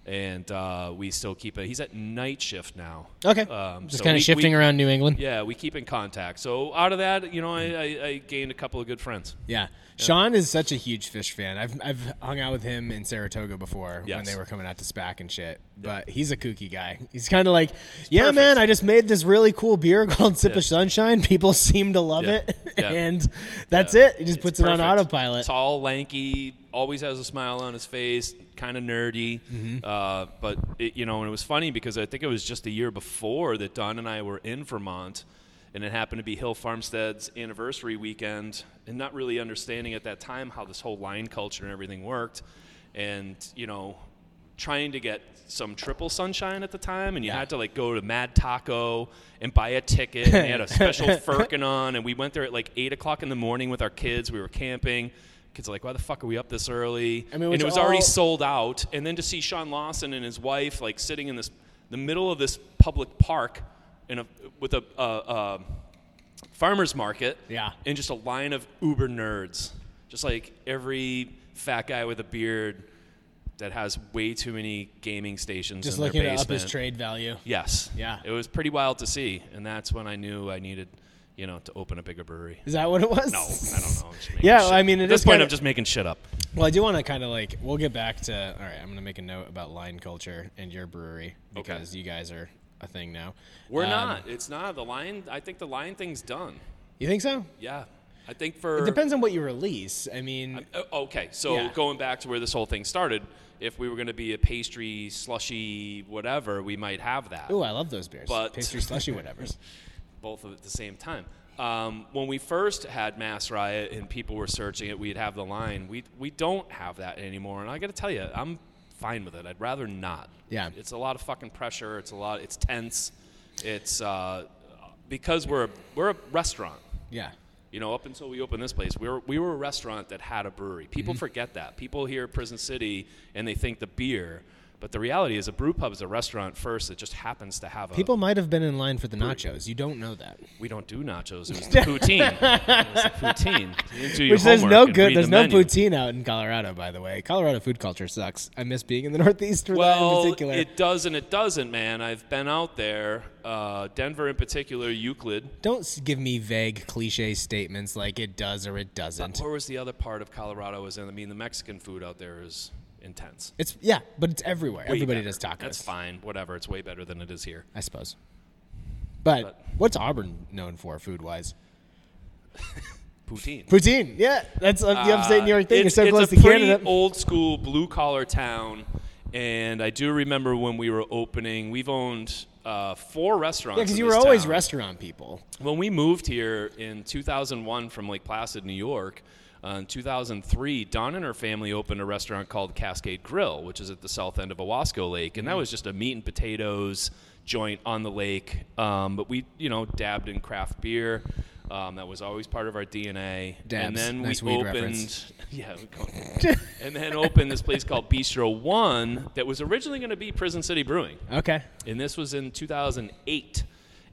and uh, we still keep it. He's at night shift now.
okay,
Um,
just
so
kind
we-
of shifting
we-
around New England.
Yeah, we keep in contact. So out of that, you know, I, I, I gained a couple of good friends.
Yeah. Sean is such a huge fish fan. I've I've hung out with him in Saratoga before when
Yes.
they were coming out to SPAC and shit. But he's a kooky guy. He's kind of like, yeah,
perfect.
man, I just made this really cool beer called Sip of Sunshine. People seem to love
Yeah.
it,
Yeah.
and that's it. He just puts it on
Perfect.
autopilot.
Tall, lanky, always has a smile on his face, kind of nerdy.
Mm-hmm.
Uh, but it, you know, and it was funny because I think it was just a year before that Don and I were in Vermont, and it happened to be Hill Farmstead's anniversary weekend, and not really understanding at that time how this whole line culture and everything worked, and you know. Trying to get some triple sunshine at the time, and you
Yeah.
had to like go to Mad Taco and buy a ticket. And they had a special Furkin on, and we went there at like eight o'clock in the morning with our kids. We were camping, kids are like, why the fuck are we up this early?
I mean,
and
which
it was already
all-
sold out. And then to see Sean Lawson and his wife like sitting in this the middle of this public park in a with a, a, a farmers market.
Yeah.
And just a line of uber nerds, just like every fat guy with a beard that has way too many gaming stations
Just
in
looking
their
to up
basement.
his trade value.
Yes.
Yeah.
It was pretty wild to see, and that's when I knew I needed, you know, to open a bigger brewery.
Is that what it was?
No, I don't know. I'm just making
Yeah,
shit-
I mean, it
at this
is
point,
kinda-
I'm just making shit up.
Well, I do want to kind of like we'll get back to. All right, I'm going to make a note about line culture and your brewery because you guys are a thing now.
We're
Um,
not. It's not the lion. I think the lion thing's done.
You think so?
Yeah, I think for
It depends on what you release. I mean,
Uh, Okay, so
Yeah.
going back to where this whole thing started, if we were going to be a pastry slushy whatever, we might have that.
ooh, I love those beers.
but-
Pastry slushy, whatever's.
both at the same time. Um, when we first had Mass Riot and people were searching it, we'd have the line. We we don't have that anymore, and I got to tell you, I'm fine with it. I'd rather not.
Yeah.
it's a lot of fucking pressure. It's a lot. It's tense. It's uh, because we're a, we're a restaurant.
Yeah.
You know, up until we opened this place, we were we were a restaurant that had a brewery.
Mm-hmm.
People forget that. People hear Prison City and they think the beer, but the reality is a brew pub is a restaurant first that just happens to have a
People might have been in line for the nachos. You don't know that.
we don't do nachos. It was the poutine. It was the poutine. You didn't do your
Which there's
homework
no
and
good.
read
there's
the
no
menu.
poutine out in Colorado, by the way. Colorado food culture sucks. I miss being in the Northeast for that in
Well,
particular.
it does and it doesn't, man. I've been out there, uh, Denver in particular, Euclid.
Don't s- give me vague cliche statements like it does or it doesn't.
Where was the other part of Colorado? Was in? I mean, the Mexican food out there is intense.
It's yeah, but it's everywhere.
Way
Everybody
better.
does tacos.
That's fine. Whatever. It's way better than it is here.
I suppose. But,
But-
what's Auburn known for food wise?
Poutine.
Poutine. Yeah, that's uh, the upstate New York thing. It's, so close
a
to Canada.
pretty old school blue collar town, and I do remember when we were opening. We've owned uh, four restaurants.
yeah, because
in
you were
this
always
town.
restaurant people.
When we moved here in 2001 from Lake Placid, New York, uh, in 2003, Dawn and her family opened a restaurant called Cascade Grill, which is at the south end of Owasco Lake,
Mm.
and that was just a meat and potatoes joint on the lake. Um, but we, you know, dabbed in craft beer. Um, that was always part of our DNA.
Dabs.
And then
Nice
we
weed
opened,
reference.
yeah, we go- and then opened this place called Bistro One that was originally going to be Prison City Brewing
Okay.
and this was in 2008.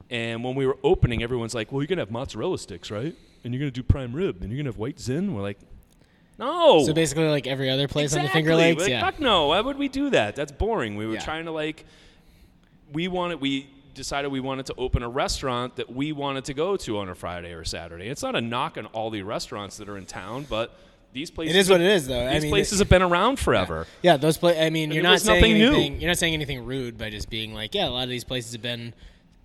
And when we were opening, everyone's like, "Well, you're gonna have mozzarella sticks, right? And you're gonna do prime rib, and you're gonna have white zin." We're like, "No."
So basically, like every other place
exactly.
on the Finger
We're
Lakes.
like,
Yeah.
Fuck no. Why would we do that? That's boring. We were
Yeah.
trying to like, we wanted we decided we wanted to open a restaurant that we wanted to go to on a Friday or Saturday. It's not a knock on all the restaurants that are in town, but these places
It is what it is, though.
These
I mean,
places have been around forever.
Yeah, those pla I mean, you're
it
not
was
saying
nothing new.
anything. You're not saying anything rude by just being like, yeah, a lot of these places have been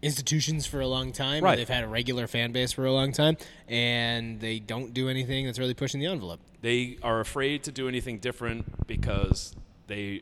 institutions for a long time. or
Right.
They've had a regular fan base for a long time, and they don't do anything that's really pushing the envelope.
they are afraid to do anything different because they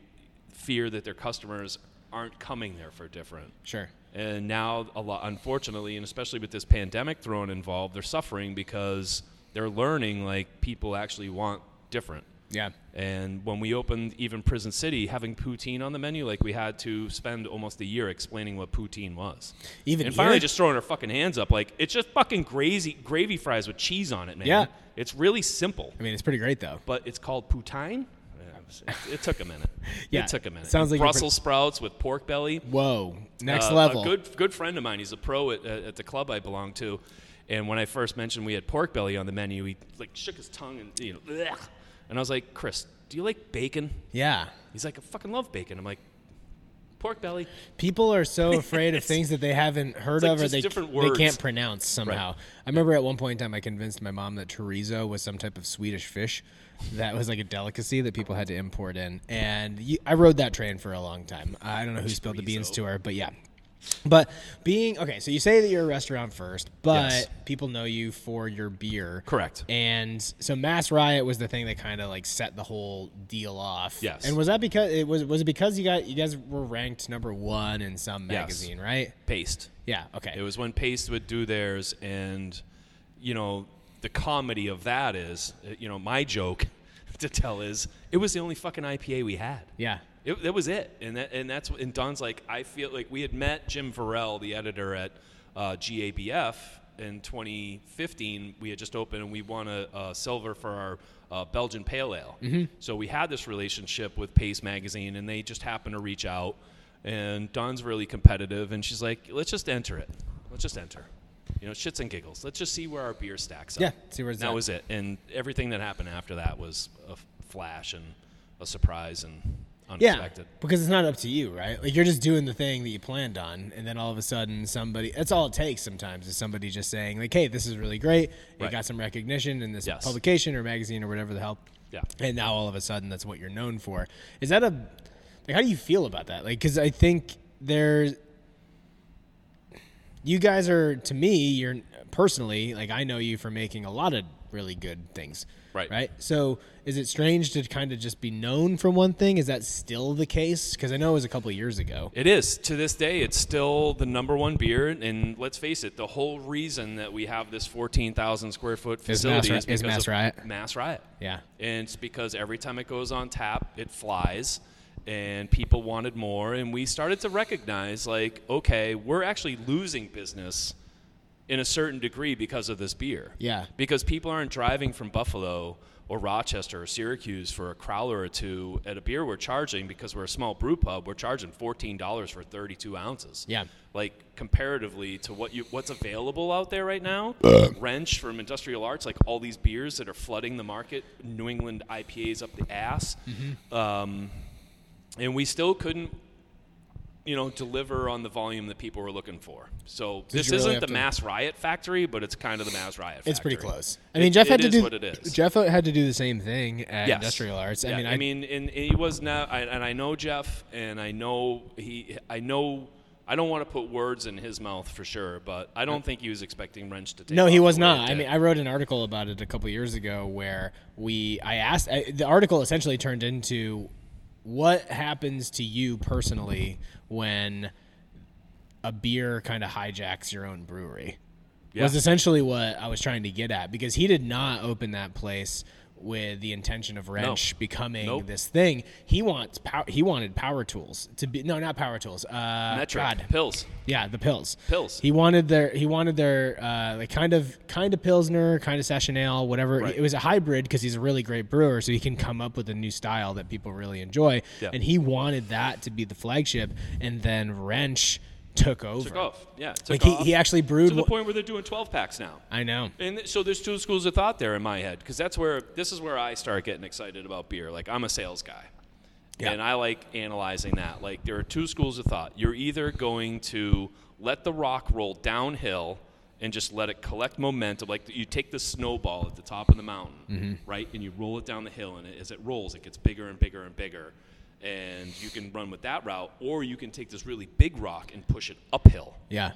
fear that their customers aren't coming there for different.
Sure.
And now, a lot, unfortunately, and especially with this pandemic thrown involved, they're suffering because they're learning like people actually want different.
Yeah.
And when we opened even Prison City, having poutine on the menu, like we had to spend almost a year explaining what poutine was.
Even
and finally,
here?
just throwing our fucking hands up, like it's just fucking crazy gravy fries with cheese on it, man.
Yeah.
it's really simple
I mean, it's pretty great though.
but it's called poutine. It took a minute.
Yeah,
it took a minute.
sounds like you're
Brussels sprouts with pork belly.
Whoa, next
Uh,
level.
A good good friend of mine. He's a pro at, at the club I belong to, and when I first mentioned we had pork belly on the menu, he like shook his tongue and you know, "Ugh." and I was like, Chris, do you like bacon?
yeah.
He's like, I fucking love bacon. I'm like, pork belly.
People are so afraid of things that they haven't heard
It's like
of or
just
they,
different
they can't
words.
pronounce somehow. I remember at one point in time I convinced my mom that chorizo was some type of Swedish fish that was like a delicacy that people had to import in. And you, I rode that train for a long time. I don't know who spilled the beans
Chorizo.
to her, but yeah. But being okay, so you say that you're a restaurant first, but
Yes.
people know you for your beer.
Correct.
And so Mass Riot was the thing that kind of like set the whole deal off.
Yes.
And was that because it was was it because you got you guys were ranked number one in some
Yes.
magazine, right?
Paste.
Yeah. Okay.
It was when Paste would do theirs, and you know the comedy of that is, uh, you know, my joke to tell is it was the only fucking IPA we had.
yeah.
It, that was it, and that and that's and Don's like I feel like we had met Jim Farrell, the editor at uh, GABF in 2015. We had just opened, and we won a, a silver for our uh, Belgian Pale Ale. So we had this relationship with Pace Magazine, and they just happened to reach out. And Dawn's really competitive, and she's like, "Let's just enter it. Let's just enter. You know, shits and giggles. Let's just see where our beer stacks up."
Yeah, see where it's
And that
at.
was it. And everything that happened after that was a f- flash and a surprise and
Yeah,
unexpected.
because it's not up to you, right? Like you're just doing the thing that you planned on, and then all of a sudden, somebody—that's all it takes sometimes is somebody just saying, like, "Hey, this is really great. It
Right.
got some recognition in this
Yes.
publication or magazine or whatever the hell."
Yeah.
And now all of a sudden, that's what you're known for. Is that a like? How do you feel about that? Like, because I think there's you guys are to me you're personally like i know you for making a lot of really good things
Right.
right so is it strange to kind of just be known for one thing is that still the case because i know it was a couple of years ago
It is. To this day, it's still the number one beer. And let's face it, the whole reason that we have this 14,000 square foot
Mass
facility
Ri-
is,
is
because
Mass
of
Riot.
Mass Riot.
yeah
And it's because every time it goes on tap, it flies. And people wanted more. And we started to recognize, like, okay, we're actually losing business in a certain degree because of this beer.
Yeah.
Because people aren't driving from Buffalo or Rochester or Syracuse for a crowler or two at a beer we're charging because we're a small brew pub. We're charging fourteen dollars for thirty-two ounces.
Yeah.
Like comparatively to what you what's available out there right now, Wrench from Industrial Arts, like all these beers that are flooding the market, New England IPAs up the ass,
Mm-hmm.
um, and we still couldn't, you know, deliver on the volume that people were looking for. So this
you really
isn't
have
the
to-
mass riot factory, but it's kind of the mass riot. Factory.
it's pretty close i
It-
mean jeff
it
had to
is
do
what it is.
jeff had to do the same thing at
Yes.
industrial arts i
Yeah,
mean i,
I mean, and and he was not. I, and I know Jeff, and I know he. I know. I don't want to put words in his mouth for sure, but I don't think he was expecting Wrench to take.
Uh, No, he
off
was
the way it
not. I
did.
mean, I wrote an article about it a couple years ago where we I asked I, the article essentially turned into what happens to you personally when a beer kind of hijacks your own brewery. Was
Yeah.
essentially what I was trying to get at because he did not open that place with the intention of wrench becoming
Nope.
this thing. He wants pow- he wanted power tools to be no, not power tools. Uh
metric
God.
pills.
Yeah, the pills.
Pils.
He wanted their he wanted their uh, like kind of kind of pilsner, kind of session ale, whatever.
Right.
It was a hybrid because he's a really great brewer, so he can come up with a new style that people really enjoy.
Yeah.
And he wanted that to be the flagship, and then Wrench took over.
Took off. Yeah, took
Like, he-
off.
he actually brewed
to the
wha-
point where they're doing twelve packs now.
I know.
And th- so there's two schools of thought there in my head because that's where this is where I start getting excited about beer. Like I'm a sales guy,
Yeah.
and I like analyzing that. Like there are two schools of thought. You're either going to let the rock roll downhill and just let it collect momentum, like you take the snowball at the top of the mountain, right, and you roll it down the hill, and it, as it rolls, it gets bigger and bigger and bigger. And you can run with that route, or you can take this really big rock and push it uphill
Yeah.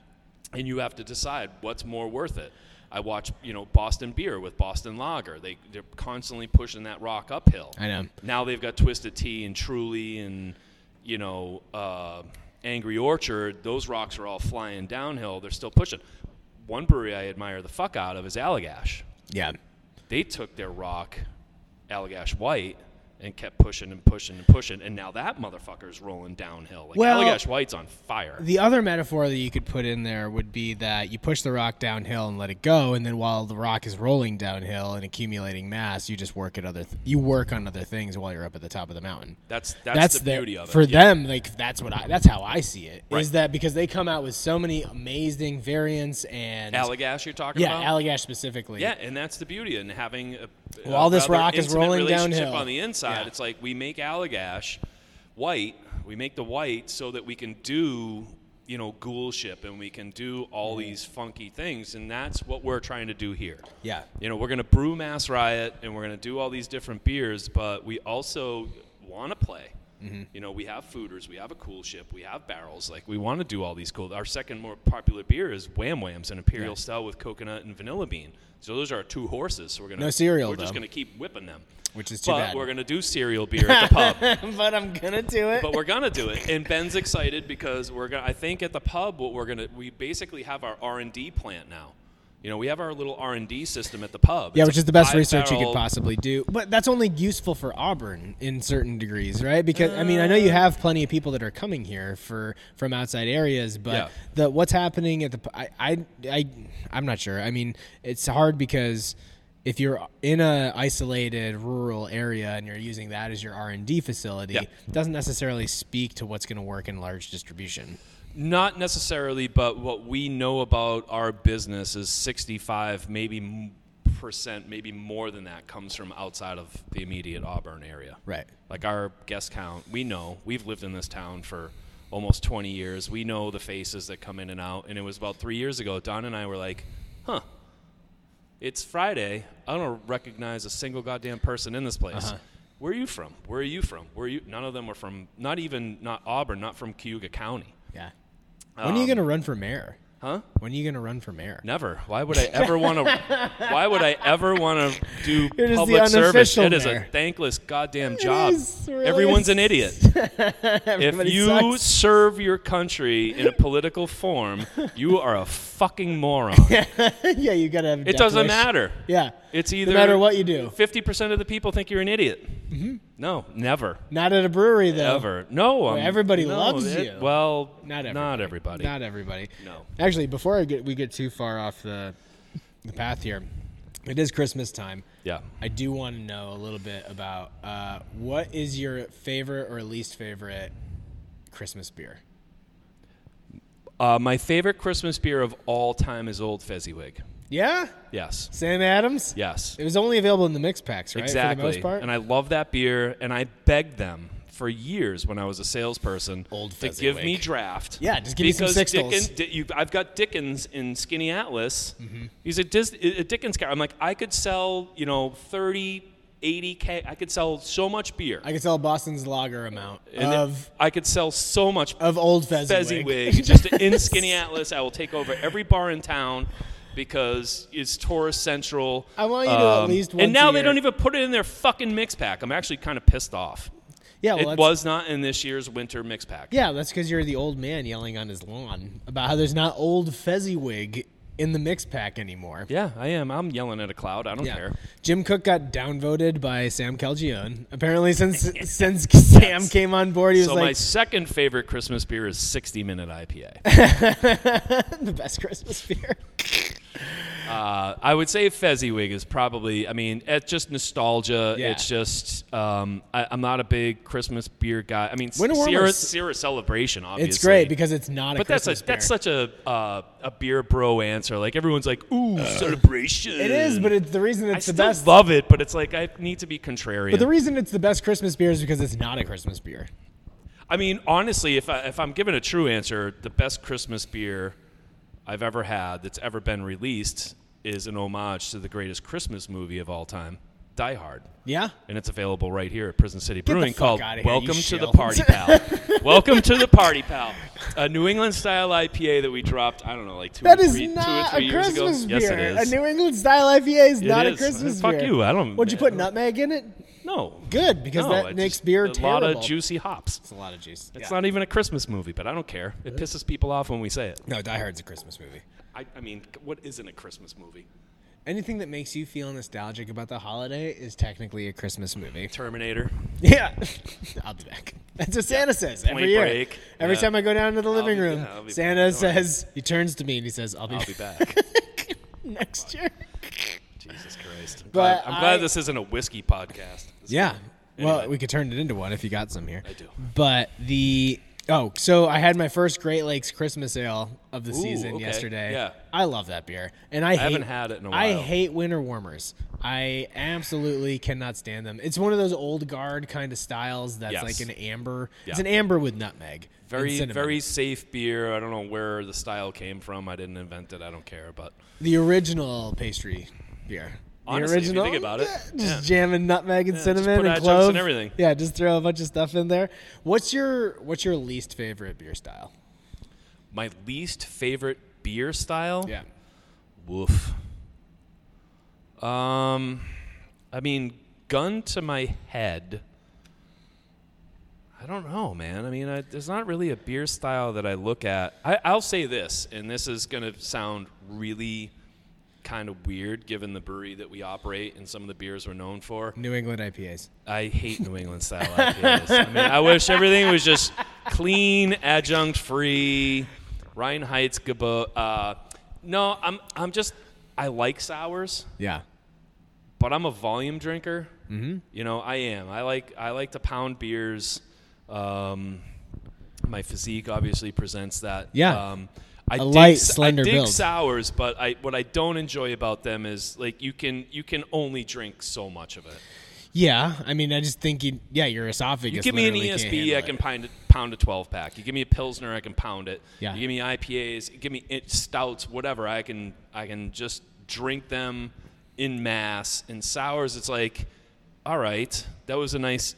and you have to decide what's more worth it. I watch, you know, Boston Beer with Boston Lager. They they're constantly pushing that rock uphill.
I know.
Now they've got Twisted Tea and Truly and you know uh, Angry Orchard. Those rocks are all flying downhill. They're still pushing. One brewery I admire the fuck out of is Allagash.
Yeah.
They took their rock, Allagash White, and kept pushing and pushing and pushing. And now that motherfucker's rolling downhill. Like
Well-
Allagash White's on fire.
The other metaphor that you could put in there would be that you push the rock downhill and let it go, and then while the rock is rolling downhill and accumulating mass, you just work at other th- you work on other things while you're up at the top of the mountain.
that's, that's the beauty of it.
for
Yeah.
them. Like that's what I that's how I see it. Is
Right.
that because they come out with so many amazing variants and
Allagash you're talking
yeah,
about?
Allagash specifically.
yeah, and that's the beauty and having a, a
While this
rather
rock is
intimate
rolling
relationship
downhill.
on the inside.
Yeah.
It's like we make Allagash white, we make the white so that we can do you know ghoulship and we can do all these funky things, and that's what we're trying to do here.
Yeah.
You know, we're going to brew Mass Riot and we're going to do all these different beers, but we also want to play.
Mm-hmm.
You know, we have fooders, we have a cool ship, we have barrels. Like, we want to do all these cool. Our second more popular beer is Wham Whams, an imperial style with coconut and vanilla bean. So those are our two horses. So we're gonna
No cereal,
We're just
though.
gonna keep whipping them.
Which is too
But
bad.
we're gonna do cereal beer at the pub
but I'm gonna do it.
but we're gonna do it. And Ben's excited because we're gonna. I think at the pub, what we're gonna we basically have our R and D plant now. You know, we have our little R and D system at the pub.
yeah,
It's
which
a
is the best research you could
five-barrel-
possibly do. But that's only useful for Auburn in certain degrees, right? Because I mean, I know you have plenty of people that are coming here for from outside areas, but
Yeah.
the what's happening at the I I I I'm not sure. I mean, it's hard because if you're in a isolated rural area and you're using that as your R&D facility,
Yeah.
it doesn't necessarily speak to what's going to work in large distribution.
Not necessarily, but what we know about our business is 65, maybe m- percent, maybe more than that, comes from outside of the immediate Auburn area.
Right.
Like our guest count, we know we've lived in this town for almost 20 years. We know the faces that come in and out. And it was about three years ago, Don and I were like, huh, it's Friday. I don't recognize a single goddamn person in this place. Where are you from? Where are you from? Where are you? None of them were from, not even, not Auburn, not from Cayuga County.
Yeah. When are you going to run for mayor?
Huh?
When are you going to run for mayor?
Never. Why would I ever want to? Why would I ever want to do
You're just
public
the
service?
unofficial
It is a
mayor.
thankless goddamn job.
is, really
Everyone's
is.
an idiot. if
Everybody
you
sucks.
serve your country in a political form, you are a fucking moron.
yeah, you got to have a
It doesn't
declaration.
matter.
Yeah.
It's either
no matter what you do.
Fifty percent of the people think you're an idiot.
Mm-hmm.
No, never,
Not at a brewery though.
ever. No, I'm-
everybody
no,
loves
it-
you.
Well,
Not everybody.
Not everybody.
Not everybody.
No.
Actually, before I get, we get too far off the the path here, it is Christmas time.
yeah.
I do want to know a little bit about uh, what is your favorite or least favorite Christmas beer?
Uh, my favorite Christmas beer of all time is Old Fezziwig.
Yeah,
Yes.
Sam Adams.
Yes.
It was only available in the mix packs, right?
Exactly.
For the most part.
And I love that beer, and I begged them for years when I was a salesperson
Old
to give me
Fezziwig.
draft.
Yeah, just give me some
Because
Sixtals.
Dickens- Di- you, I've got Dickens in Skinny Atlas.
Mm-hmm.
He's a, Dis, a Dickens guy. I'm like, I could sell, you know, 30, 80K. I could sell so much beer.
I could sell Boston's lager amount
And
of
I could sell so much
of old Fezziwig.
Fezziwig, just in Skinny Atlas. I will take over every bar in town because it's tourist central. Um,
I want you to at least once
And now
a
they
year-
don't even put it in their fucking mix pack. I'm actually kind of pissed off.
yeah, Oh, well,
it
that's-
was not in this year's winter mix pack.
Yeah, that's because you're the old man yelling on his lawn about how there's not old Fezziwig in the mix pack anymore.
Yeah, I am. I'm yelling at a cloud. I don't care.
Jim Cook got downvoted by Sam Calgione. Apparently, since since Sam came on board, he was
So my
like
second favorite Christmas beer is 60 Minute IPA.
the best Christmas beer.
uh, I would say Fezziwig is probably. I mean, it's just nostalgia.
Yeah.
It's just. Um, I, I'm not a big Christmas beer guy. I mean,
Winter
Sierra,
Warmer's-
Sierra Celebration. Obviously,
It's great because it's not a
But that's
Christmas
a, that's
beer. Uh,
such a uh, a beer bro answer. Like everyone's like, ooh, celebration.
it is, but it's the reason
I
it's
still
the best.
love it. But it's like I need to be contrarian.
but the reason it's the best Christmas beer is because it's not a Christmas beer.
I mean, honestly, if I, if I'm given a true answer, the best Christmas beer I've ever had that's ever been released is an homage to the greatest Christmas movie of all time, Die Hard.
Yeah,
And it's available right here at Prison City Brewing
fuck
called
outta here,
Welcome
you
to the
shill.
Party Pal. Welcome to the Party Pal. A New England style IPA that we dropped, I don't know, like two,
that
or,
is
three, two or
not
three
a
years
Christmas
ago. Yes,
beer.
it is.
A New England style IPA is
It
not a
is.
Christmas
Fuck
beer.
you, I don't-
Would you put nutmeg in it?
no.
Good, because
No,
that
it's
makes
just
beer
A lot of
terrible.
juicy hops.
It's a lot of juice.
It's not even a Christmas movie, but I don't care. It pisses people off when we say it.
No, Die Hard's a Christmas movie.
I, I mean, what isn't a Christmas movie?
Anything that makes you feel nostalgic about the holiday is technically a Christmas movie.
Terminator.
Yeah, I'll be back. That's what Santa says every
Point
year.
break.
Every
Yeah.
time I go down to the living
be-
room,
yeah, I'll be
Santa
back. Don't worry.
says he turns to me and he says, "I'll be,
I'll
back
be back.
next year."
Jesus Christ. I'm glad,
But
I'm glad
I-
this isn't a whiskey podcast. This-
Yeah. Well,
Anyway.
we could turn it into one if you got some here. I
do.
But the oh, so I had my first Great Lakes Christmas ale of the
Ooh,
season
okay.
yesterday.
Yeah.
I love that beer, and I, hate,
haven't had it in a
I
while.
hate winter warmers. I absolutely cannot stand them. It's one of those old guard kind of styles that's
Yes.
like an amber. It's
Yeah.
an amber with nutmeg. and
Very,
cinnamon.
very safe beer. I don't know where the style came from. I didn't invent it. I don't care. But
The original pastry beer. The
Honestly, if you
original,
think about it,
yeah, just jamming nutmeg and
just
cinnamon
put
and
adjuncts
clove
and everything.
Yeah, just throw a bunch of stuff in there. What's your What's your least favorite beer style?
my least favorite beer style.
Yeah,
Woof. Um, I mean, gun to my head. I don't know, man. I mean, I, there's not really a beer style that I look at. I, I'll say this, and this is going to sound really kind of weird given the brewery that we operate and some of the beers we're known for.
New England IPAs.
I hate New England style IPAs. I mean, I wish everything was just clean, adjunct free, Reinheitsgebot. Uh, no, I'm I'm just I like sours.
Yeah,
but I'm a volume drinker. Mm-hmm. You know, I am. I like I like to pound beers. Um, my physique obviously presents that.
Yeah.
Um, I
A
dig
light,
s-
slender
I dig
build.
sours, but I what I don't enjoy about them is like you can you can only drink so much of it.
Yeah, I mean, I just think you, yeah, your esophagus.
You give me an
literally can't
ESB,
handle
I
it.
can pound it, pound a 12 pack. You give me a Pilsner, I can pound it.
Yeah.
You give me IPAs, give me it- stouts, whatever. I can I can just drink them in mass. And sours, it's like, all right, that was a nice.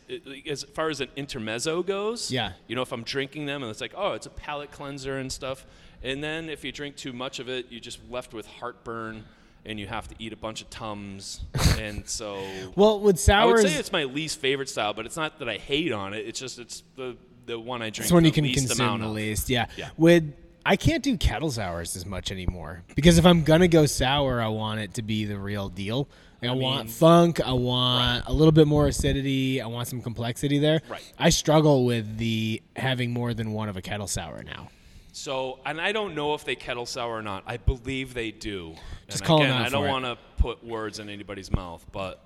As far as an intermezzo goes,
Yeah.
You know, if I'm drinking them, and it's like, oh, it's a palate cleanser and stuff. And then if you drink too much of it, you're just left with heartburn. And you have to eat a bunch of tums, and so
Well,
I
with sours,
would say it's my least favorite style, but it's not that I hate on it. It's just it's the the one I drink.
It's when
the
you can
least
consume
amount
the
of.
least. Yeah.
Yeah.
With I can't do kettle sours as much anymore because if I'm gonna go sour, I want it to be the real deal. Like, I, want funk. I want a little bit more acidity. I want some complexity there.
Right.
I struggle with the having more than one of a kettle sour now.
So, and I don't know if they kettle sour or not. I believe they do.
Just
and
call 'em
again,
out
I don't
for it.
want to put words in anybody's mouth, but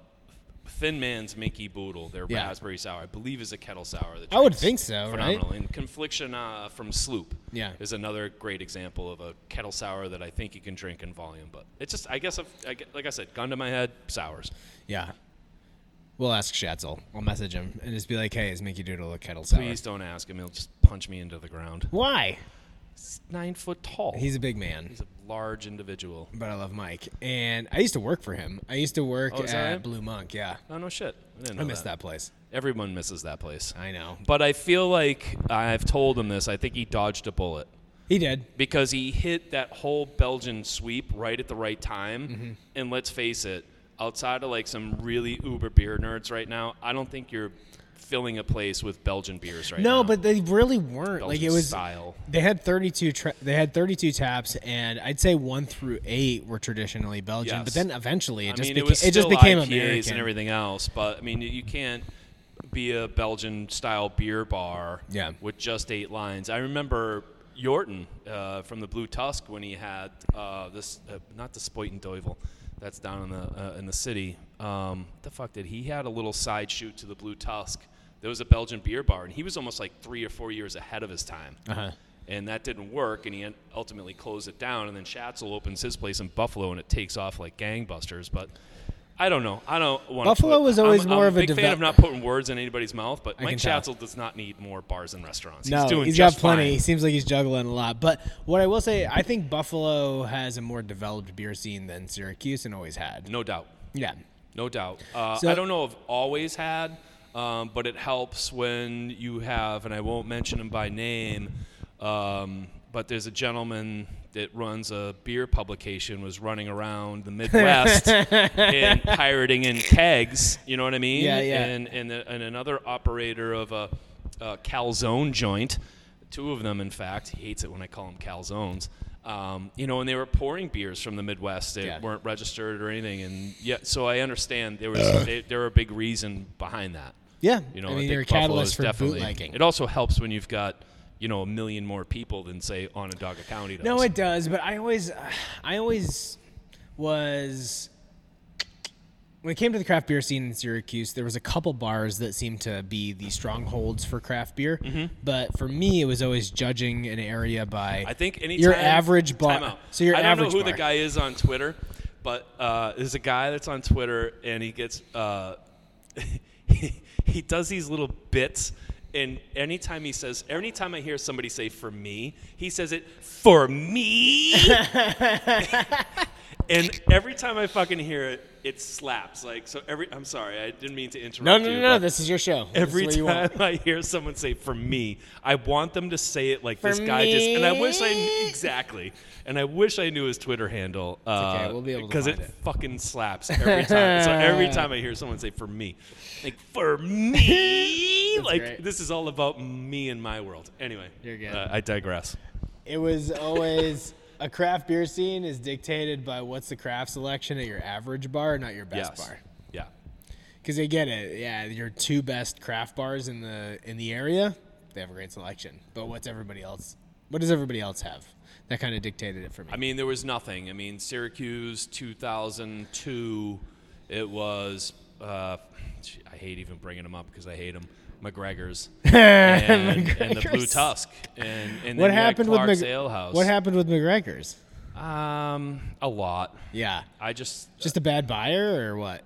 Thin Man's Mickey Boodle, their
Yeah.
raspberry sour, I believe is a kettle sour. That
I would
drinks
think so, right?
phenomenal. And Confliction uh, from Sloop
Yeah.
is another great example of a kettle sour that I think you can drink in volume. But it's just, I guess, I've, I, gue- like I said, gun to my head, sours.
Yeah. We'll ask Schatzel. I'll message him and just be like, "Hey, is Mickey Doodle a kettle sour?"
Please don't ask him. He'll just punch me into the ground.
Why?
nine foot tall.
He's a big man.
He's a large individual.
but I love Mike. And I used to work for him. I used to work
Oh, is
at
that right?
Blue Monk. Yeah,
Oh no shit! I, didn't know
I miss that place.
Everyone misses that place.
I know.
But I feel like I've told him this. I think he dodged a bullet
He did.
because he hit that whole Belgian sweep right at the right time.
Mm-hmm.
And let's face it, outside of like some really uber beer nerds right now, I don't think you're filling a place with Belgian beers right now.
No, but they really weren't. like it
Belgian
was
style.
They had 32 tra- they had 32 taps and I'd say 1 through 8 were traditionally Belgian,
Yes.
but then eventually it
I
just
mean,
became
it, was
it just
still
became
IPAs
American
and everything else, but I mean, you can't be a Belgian style beer bar
Yeah.
with just eight lines. I remember Yorton uh, from the Blue Tusk when he had uh, this, uh, not the Spoiten Deuvel, that's down in the uh, in the city. Um, the fuck did he had a little side shoot to the Blue Tusk? There was a Belgian beer bar, and he was almost like three or four years ahead of his time
Uh-huh.
and that didn't work and he un- ultimately closed it down and then Schatzel opens his place in Buffalo and it takes off like gangbusters but I don't know. I don't want
Buffalo
put,
was always
I'm,
more
I'm
of a
a big fan
develop-
of not putting words in anybody's mouth, but Mike
can tell.
Schatzel does not need more bars and restaurants.
No,
he's doing
he's
just
got plenty. He
fine.
seems like he's juggling a lot. But what I will say, I think Buffalo has a more developed beer scene than Syracuse and always had.
No doubt.
Yeah.
No doubt. Uh,
So-
I don't know if always had, um, but it helps when you have, and I won't mention him by name, um, but there's a gentleman that runs a beer publication was running around the Midwest and pirating in kegs. You know what I mean?
Yeah, yeah.
And and, the, and another operator of a, a calzone joint, two of them in fact. He hates it when I call them calzones. Um, you know, and they were pouring beers from the Midwest that
Yeah.
weren't weren't registered or anything, and yeah, so I understand there was they, there were a big reason behind that.
Yeah.
You know,
I mean,
think
they're a
Buffalo
catalyst
is
for
definitely-
bootlegging.
It also helps when you've got you know a million more people than say Onondaga County does.
No, it does, but I always, I always was. When it came to the craft beer scene in Syracuse, there was a couple bars that seemed to be the strongholds for craft beer.
Mm-hmm.
But for me, it was always judging an area by.
I think any
your average bar.
Time out.
So your
I don't
average
know who
bar.
the guy is on Twitter, but uh, there's a guy that's on Twitter and he gets uh, he, he does these little bits. And anytime he says, anytime I hear somebody say "for me," he says it "for me," and every time I fucking hear it, it slaps. Like so, every I'm sorry, I didn't mean to interrupt.
No, no,
you,
no, no.
but
This is your show. This is
Every
what you want.
time I hear someone say "for me," I want them to say it like this guy
me?
just. And I wish I kn- exactly. And I wish I knew his Twitter handle. Uh,
okay, we'll be able to
because
find
it,
it.
fucking slaps every time. so every time I hear someone say "for me," like "for me," like
great.
this is all about me and my world. Anyway,
You're good.
Uh, I digress.
It was always a craft beer scene is dictated by what's the craft selection at your average bar, not your best
yes.
bar.
Yeah.
Because they get it. eh, Yeah, your two best craft bars in the in the area, they have a great selection. But what's everybody else? What does everybody else have? That kind of dictated it for me.
I mean, there was nothing. I mean, Syracuse 2002 It was uh, gee, I hate even bringing them up because I hate them. McGregor's and, and the Blue
McGregor's.
Tusk and, and then
What
you had
happened with
Clark's
Mc-
Ale House.
What happened with McGregor's?
Um, a lot.
Yeah,
I just
just a bad buyer or what?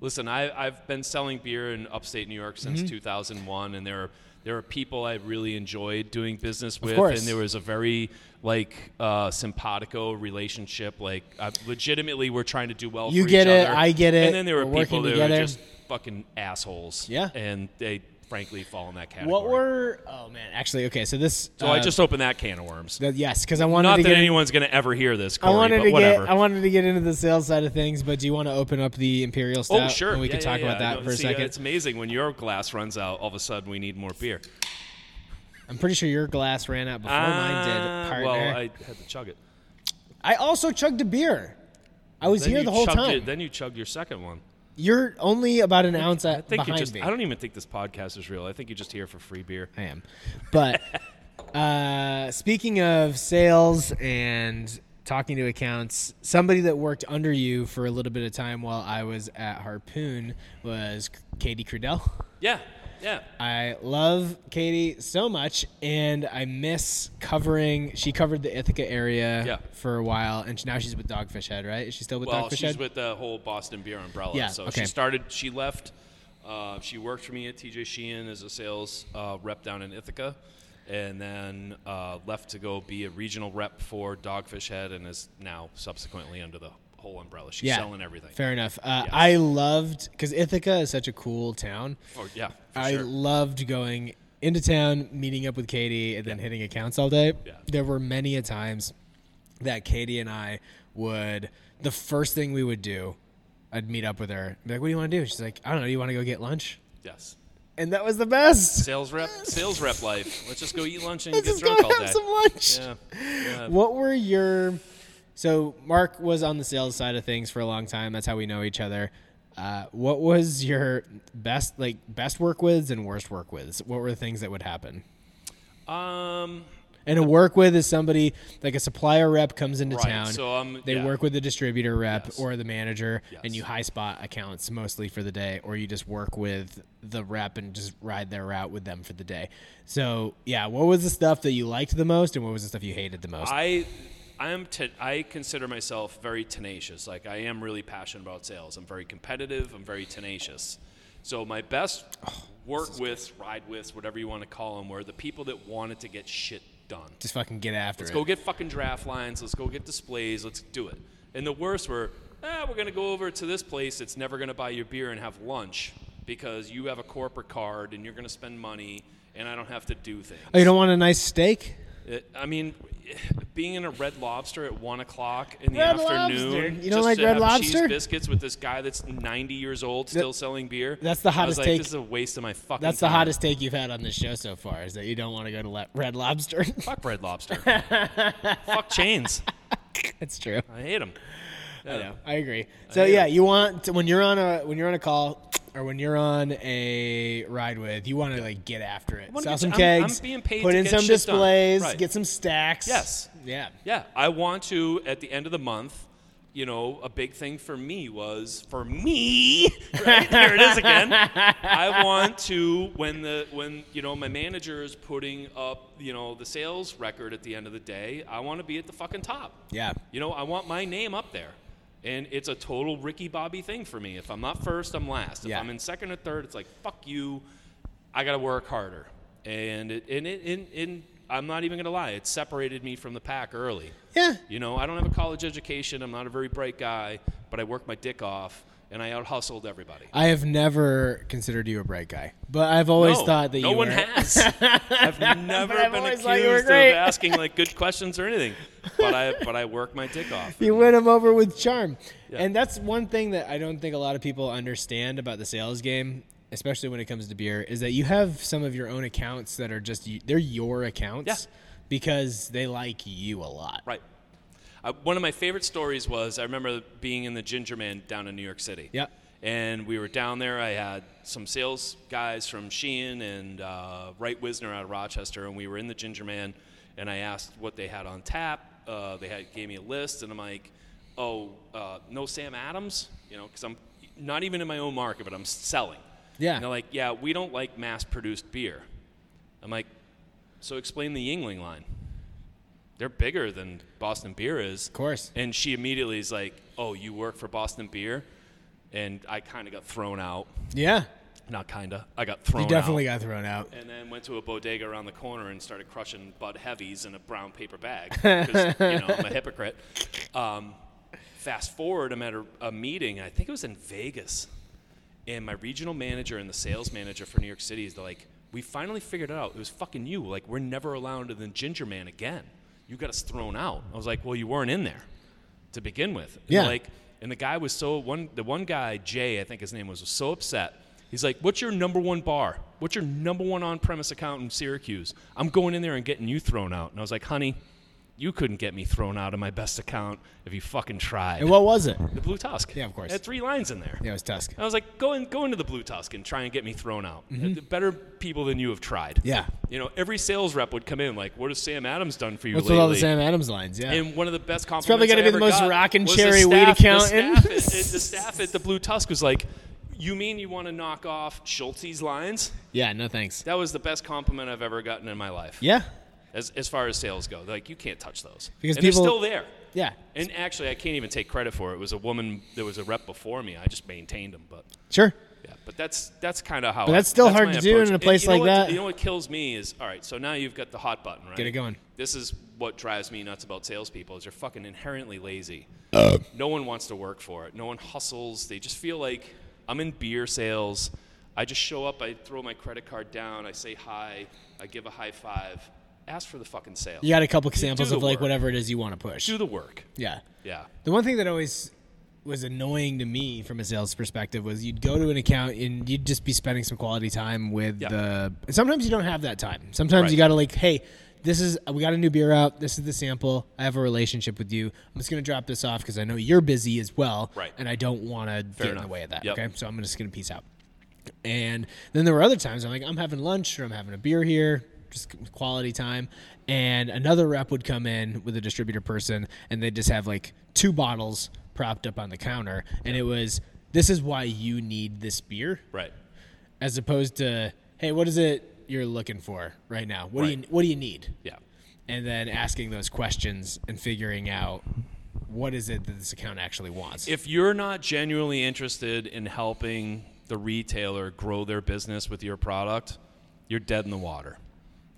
Listen, I, I've been selling beer in upstate New York since
Mm-hmm.
2001, and there are, there are people I really enjoyed doing business with,
course.
and there was a very like uh, simpatico relationship. Like, I, legitimately, we're trying to do well.
You
for
get
each
it,
other.
I get it,
And then there were
we're
people
working
that
together.
were just fucking assholes.
Yeah.
and they frankly fall in that category.
What were? Oh man, actually, okay. So this.
So
uh,
I just opened that can of worms.
that, yes, because I wanted
Not
to
that
get.
anyone's going to ever hear this,
I
Corey,
wanted
but
to
whatever.
get. I wanted to get into the sales side of things, but do you want to open up the imperial stout?
Oh, sure.
And we
Yeah,
can
yeah,
talk
yeah.
about that
No,
for a
see, uh,
second.
It's amazing when your glass runs out, all of a sudden we need more beer.
I'm pretty sure your glass ran out before mine
Ah,
did, partner.
Well,
I,
I had to chug it.
also chugged a beer. I was
Then
here
you
the whole
chugged
time.
your- then you chugged your second one.
You're only about an ounce
I think
behind
you just.
me.
I don't even think this podcast is real. I think you're just here for free beer.
I am. But uh, speaking of sales and talking to accounts, somebody that worked under you for a little bit of time while I was at Harpoon was Katie Crudell.
Yeah, yeah.
I love Katie so much, and I miss covering. She covered the Ithaca area
Yeah.
for a while, and now she's with Dogfish Head, right? Is she still with
Well,
Dogfish
she's
Head?
with the whole Boston beer umbrella.
Yeah,
so
okay.
she started. She left. Uh, she worked for me at TJ Sheehan as a sales uh, rep down in Ithaca, and then uh, left to go be a regional rep for Dogfish Head, and is now subsequently under the whole umbrella. She's selling everything.
Fair enough. Uh, I loved because Ithaca is such a cool town.
Oh, yeah, for
I
sure.
loved going into town, meeting up with Katie, and then hitting accounts all day.
Yeah.
There were many a times that Katie and I would the first thing we would do, I'd meet up with her. Be like, "What do you want to do?" She's like, "I don't know. Do you want to go get lunch?"
yes.
And that was the best.
Sales rep, sales rep life. Let's just go eat lunch and
Let's
get
just
drunk
go
all day.
have some lunch.
Yeah.
What were your? So Mark was on the sales side of things for a long time. That's how we know each other. Uh, what was your best like best work withs and worst work withs? What were the things that would happen?
Um,
And a work with is somebody like a supplier rep comes into
Right,
town.
so, um,
they
yeah.
work with the distributor rep
Yes.
or the manager,
Yes.
and you high spot accounts mostly for the day, or you just work with the rep and just ride their route with them for the day. So yeah, what was the stuff that you liked the most, and what was the stuff you hated the most?
I, I am. Te- I consider myself very tenacious. Like I am really passionate about sales. I'm very competitive. I'm very tenacious. So my best
Oh,
work with, ride with, whatever you want to call them, were the people that wanted to get shit done.
just fucking get after
Let's
it.
go get fucking draft lines. Let's go get displays. Let's do it. And the worst were, ah, we're going to go over to this place that's never going to buy your beer and have lunch because you have a corporate card and you're going to spend money and I don't have to do things.
oh, you don't want a nice steak?
It- I mean, being in a Red Lobster at one o'clock in the
Red
afternoon,
Lobster. You don't
just
like
to
Red
have
Lobster?
cheese biscuits with this guy that's ninety years old still selling beer.
that's the hottest
I was like,
take-
This is a waste of my fucking.
That's the
time.
hottest take you've had on this show so far is that you don't want to go to Le- Red Lobster.
Fuck Red Lobster. Fuck chains.
That's true.
I hate them.
I know. I agree. So yeah, you want to, when you're on a when you're on a call or when you're on a ride with, you want to like get after it.
wanna
Sell
get-
some
I'm- I'm
kegs.
being paid
put
to
in
get
some
shit done.
displays.
Right.
Get some stacks.
Yes.
Yeah.
Yeah, I want to at the end of the month. You know, a big thing for me was for me. Right there it is again. I want to when the when you know my manager is putting up you know the sales record at the end of the day. I want to be at the fucking top.
Yeah.
You know, I want my name up there. And it's a total Ricky Bobby thing for me. If I'm not first, I'm last. If
Yeah.
I'm in second or third, it's like, fuck you. I got to work harder. And, it, and, it, and, and I'm not even going to lie, it separated me from the pack early.
Yeah.
You know, I don't have a college education. I'm not a very bright guy, but I worked my dick off and I out hustled everybody.
I have never considered you a bright guy, but I've always
no,
thought that
no
you
one
were.
has. I've never
I've
been
always
accused
thought you were
of
great.
asking like good questions or anything, but I but I work my dick off.
You win them over with charm. And that's one thing that I don't think a lot of people understand about the sales game, especially when it comes to beer, is that you have some of your own accounts that are just y- they're your accounts
Yeah.
because they like you a lot.
Right. Uh, one of my favorite stories was I remember being in the Ginger Man down in New York City.
Yep.
And we were down there. I had some sales guys from Sheehan and uh, Wright Wisner out of Rochester, and we were in the Ginger Man. And I asked what they had on tap. Uh, they had gave me a list, and I'm like, oh, uh, no Sam Adams, you know, because I'm not even in my own market, but I'm selling.
Yeah.
And they're like, yeah, we don't like mass produced beer. I'm like, so explain the Yingling line. They're bigger than Boston Beer is. Of
course.
And she immediately is like, oh, you work for Boston Beer? And I kind of got thrown out.
Yeah.
Not kind of. I got thrown
You definitely
out.
got thrown out.
and then went to a bodega around the corner and started crushing Bud Heavies in a brown paper bag. 'cause, you know, I'm a hypocrite. Um, fast forward, I'm at a, a meeting, and I think it was in Vegas. And my regional manager and the sales manager for New York City is they're like, we finally figured it out. It was fucking you. Like, we're never allowed to the Ginger Man again. You got us thrown out. I was like, well, you weren't in there to begin with. And they're
Yeah.
Like, and the guy was so one. The one guy, Jay, I think his name was, was so upset. He's like, "What's your number one bar? What's your number one on-premise account in Syracuse? I'm going in there and getting you thrown out." And I was like, "Honey, you couldn't get me thrown out of my best account if you fucking tried."
And what was it?
the Blue Tusk.
Yeah, of course.
It had three lines in there.
Yeah, it was Tusk.
And I was like, go in, go into the Blue Tusk and try and get me thrown out. Uh, Better people than you have tried.
Mm-hmm. Yeah.
You know, every sales rep would come in like, what has Sam Adams done for you
What's
lately?
with all the Sam Adams lines? Yeah.
And one of the best compliments
probably
got
gotta
to
be the most rockin' cherry
the
weed
staff,
accountant.
The staff, at, the staff at the Blue Tusk was like, you mean you want to knock off Schulte's lines?
yeah, no thanks.
That was the best compliment I've ever gotten in my life.
Yeah.
As, as far as sales go, They're like you can't touch those.
Because
and
people-
they're still there.
Yeah.
And actually, I can't even take credit for it. It was a woman. There was a rep before me. I just maintained them, but
Sure.
yeah, but that's that's kind of how.
But
I-
that's still hard
my
to do
approach.
in a
And
place
you know
like
what-
that.
You know what kills me is all right. So now you've got the hot button, right?
Get it going.
This is what drives me nuts about salespeople is you're fucking inherently lazy.
Uh.
no one wants to work for it. No one hustles. They just feel like I'm in beer sales. I just show up. I throw my credit card down. I say hi. I give a high five. Ask for the fucking sale.
You got a couple examples
the
of like
work.
whatever it is you want to push.
Do the work.
Yeah.
Yeah.
The one thing that always was annoying to me from a sales perspective was you'd go to an account and you'd just be spending some quality time with
Yeah.
the. Sometimes you don't have that time. Sometimes you
Right.
got to like, hey, this is we got a new beer out. This is the sample. I have a relationship with you. I'm just gonna drop this off because I know you're busy as well,
Right.
And I don't want to get in
enough.
the way of that.
Yep.
Okay, so I'm just gonna peace out. And then there were other times I'm like, I'm having lunch or I'm having a beer here, just quality time. And another rep would come in with a distributor person and they'd just have like two bottles propped up on the counter. And it was, this is why you need this beer,
Right.
as opposed to, hey, what is it you're looking for right now? What, do, you,
Right.
what do you need?
Yeah.
And then asking those questions and figuring out what is it that this account actually wants.
if you're not genuinely interested in helping the retailer grow their business with your product, you're dead in the water.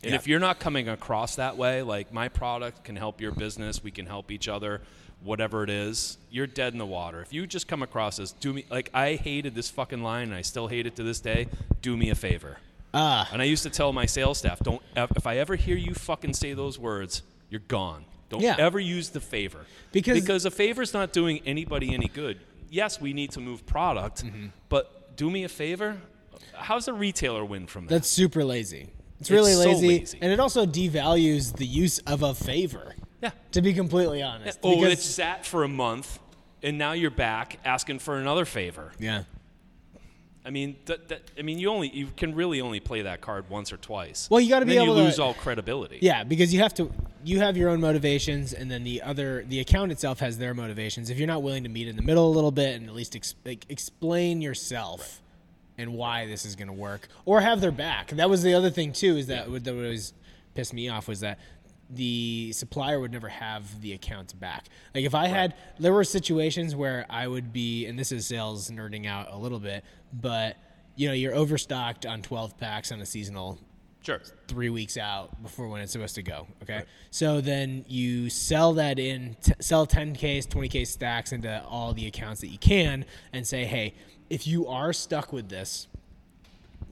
And if you're not coming across that way, like my product can help your business, we can help each other, whatever it is, you're dead in the water. If you just come across as do me like I hated this fucking line and I still hate it to this day, do me a favor. Ah. And I used to tell my sales staff, don't ev- if I ever hear you fucking say those words, you're gone. Don't
Yeah.
ever use the favor.
Because-
because a favor's not doing anybody any good. Yes, we need to move product,
Mm-hmm.
but do me a favor. How's a retailer win from that?
That's super lazy. It's really
so
lazy,
lazy.
and it also devalues the use of a favor.
Yeah.
To be completely honest.
oh,
because-
it sat for a month, and now you're back asking for another favor.
yeah.
I mean, that, that, I mean, you only you can really only play that card once or twice.
Well, you gotta
And
be
then
able
you
to-
lose all credibility.
Yeah, because you have to you have your own motivations and then the other the account itself has their motivations. If you're not willing to meet in the middle a little bit and at least ex- like explain yourself and why this is going to work or have their back. That was the other thing too is that what that would always pissed me off was that the supplier would never have the account's back. Like if I had there were situations where I would be and this is sales nerding out a little bit, but you know, you're overstocked on 12 packs on a seasonal
sure.
three weeks out before when it's supposed to go. Okay, so then you sell that in, t- sell 10ks, 20k stacks into all the accounts that you can, and say, hey, if you are stuck with this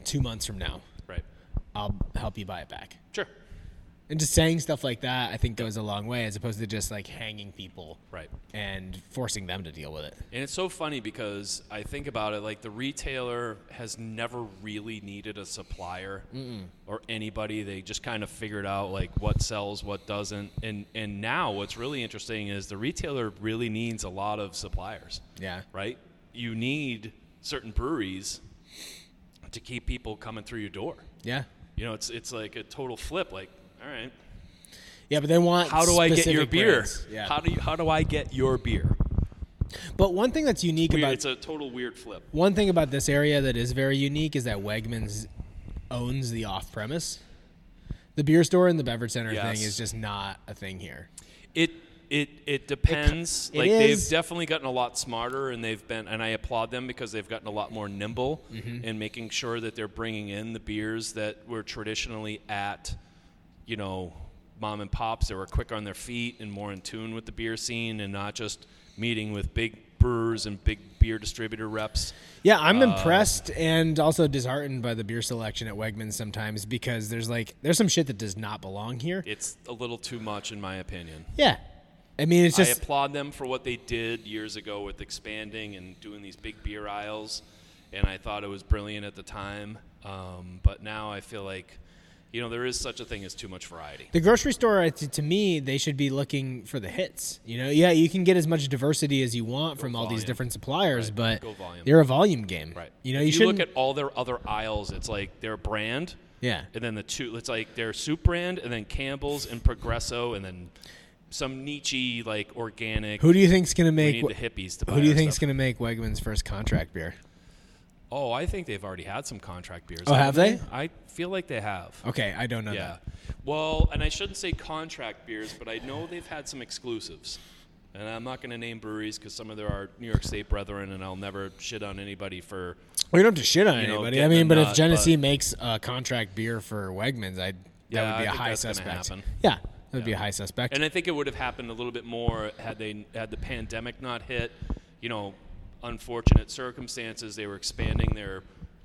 two months from now,
Right.
I'll help you buy it back.
Sure.
And just saying stuff like that, I think goes a long way, as opposed to just like hanging people
Right.
and forcing them to deal with it.
And it's so funny because I think about it like the retailer has never really needed a supplier or anybody. They just kind of figured out like what sells, what doesn't. And and now what's really interesting is the retailer really needs a lot of suppliers.
Yeah.
Right? You need certain breweries to keep people coming through your door.
Yeah.
You know, it's it's like a total flip like, all right,
Yeah, but they want
how do I get your
specific
beer?
brands. Yeah.
How do you, how do I get your beer?
But one thing that's unique
Weird,
about
it's a total weird flip.
One thing about this area that is very unique is that Wegmans owns the off premise. The beer store and the beverage center
Yes.
thing is just not a thing here.
It it it depends.
it
like
is-
they've definitely gotten a lot smarter, and they've been, and I applaud them because they've gotten a lot more nimble
Mm-hmm.
in making sure that they're bringing in the beers that were traditionally at, you know, mom and pops that were quick on their feet and more in tune with the beer scene, and not just meeting with big brewers and big beer distributor reps.
Yeah, I'm impressed and also disheartened by the beer selection at Wegmans sometimes because there's like there's some shit that does not belong here.
It's a little too much, in my opinion.
Yeah. I mean, it's just
I applaud them for what they did years ago with expanding and doing these big beer aisles, and I thought it was brilliant at the time. Um, but now I feel like, you know, there is such a thing as too much variety.
The grocery store, I th- to me, they should be looking for the hits. You know, yeah, you can get as much diversity as you want from all these
volume.
different suppliers, but
Go volume.
they're a volume game.
Right.
You know,
If you
you should
look at all their other aisles. It's like their brand,
yeah.
and then the two. It's like their soup brand, and then Campbell's and Progresso, and then some niche like organic.
Who do you think's gonna
we
make?
need the hippies to buy
Who do you
our
think's
stuff.
going to make Wegman's first contract beer?
Oh, I think they've already had some contract beers.
Oh, have
haven't
they?
I feel like they have.
Okay, I don't know
Yeah.
that.
Well, and I shouldn't say contract beers, but I know they've had some exclusives. And I'm not going to name breweries because some of them are New York State brethren, and I'll never shit on anybody for.
We don't have to shit on
know,
anybody. I
getting
mean,
a
but if
nut,
Genesee
but-
makes a contract beer for Wegmans, I that
Yeah,
would
I
be a
think
high
that's gonna
suspect.
happen.
Yeah, that would be a high suspect.
And I think it would have happened a little bit more had they had the pandemic not hit. You know, unfortunate circumstances. They were expanding their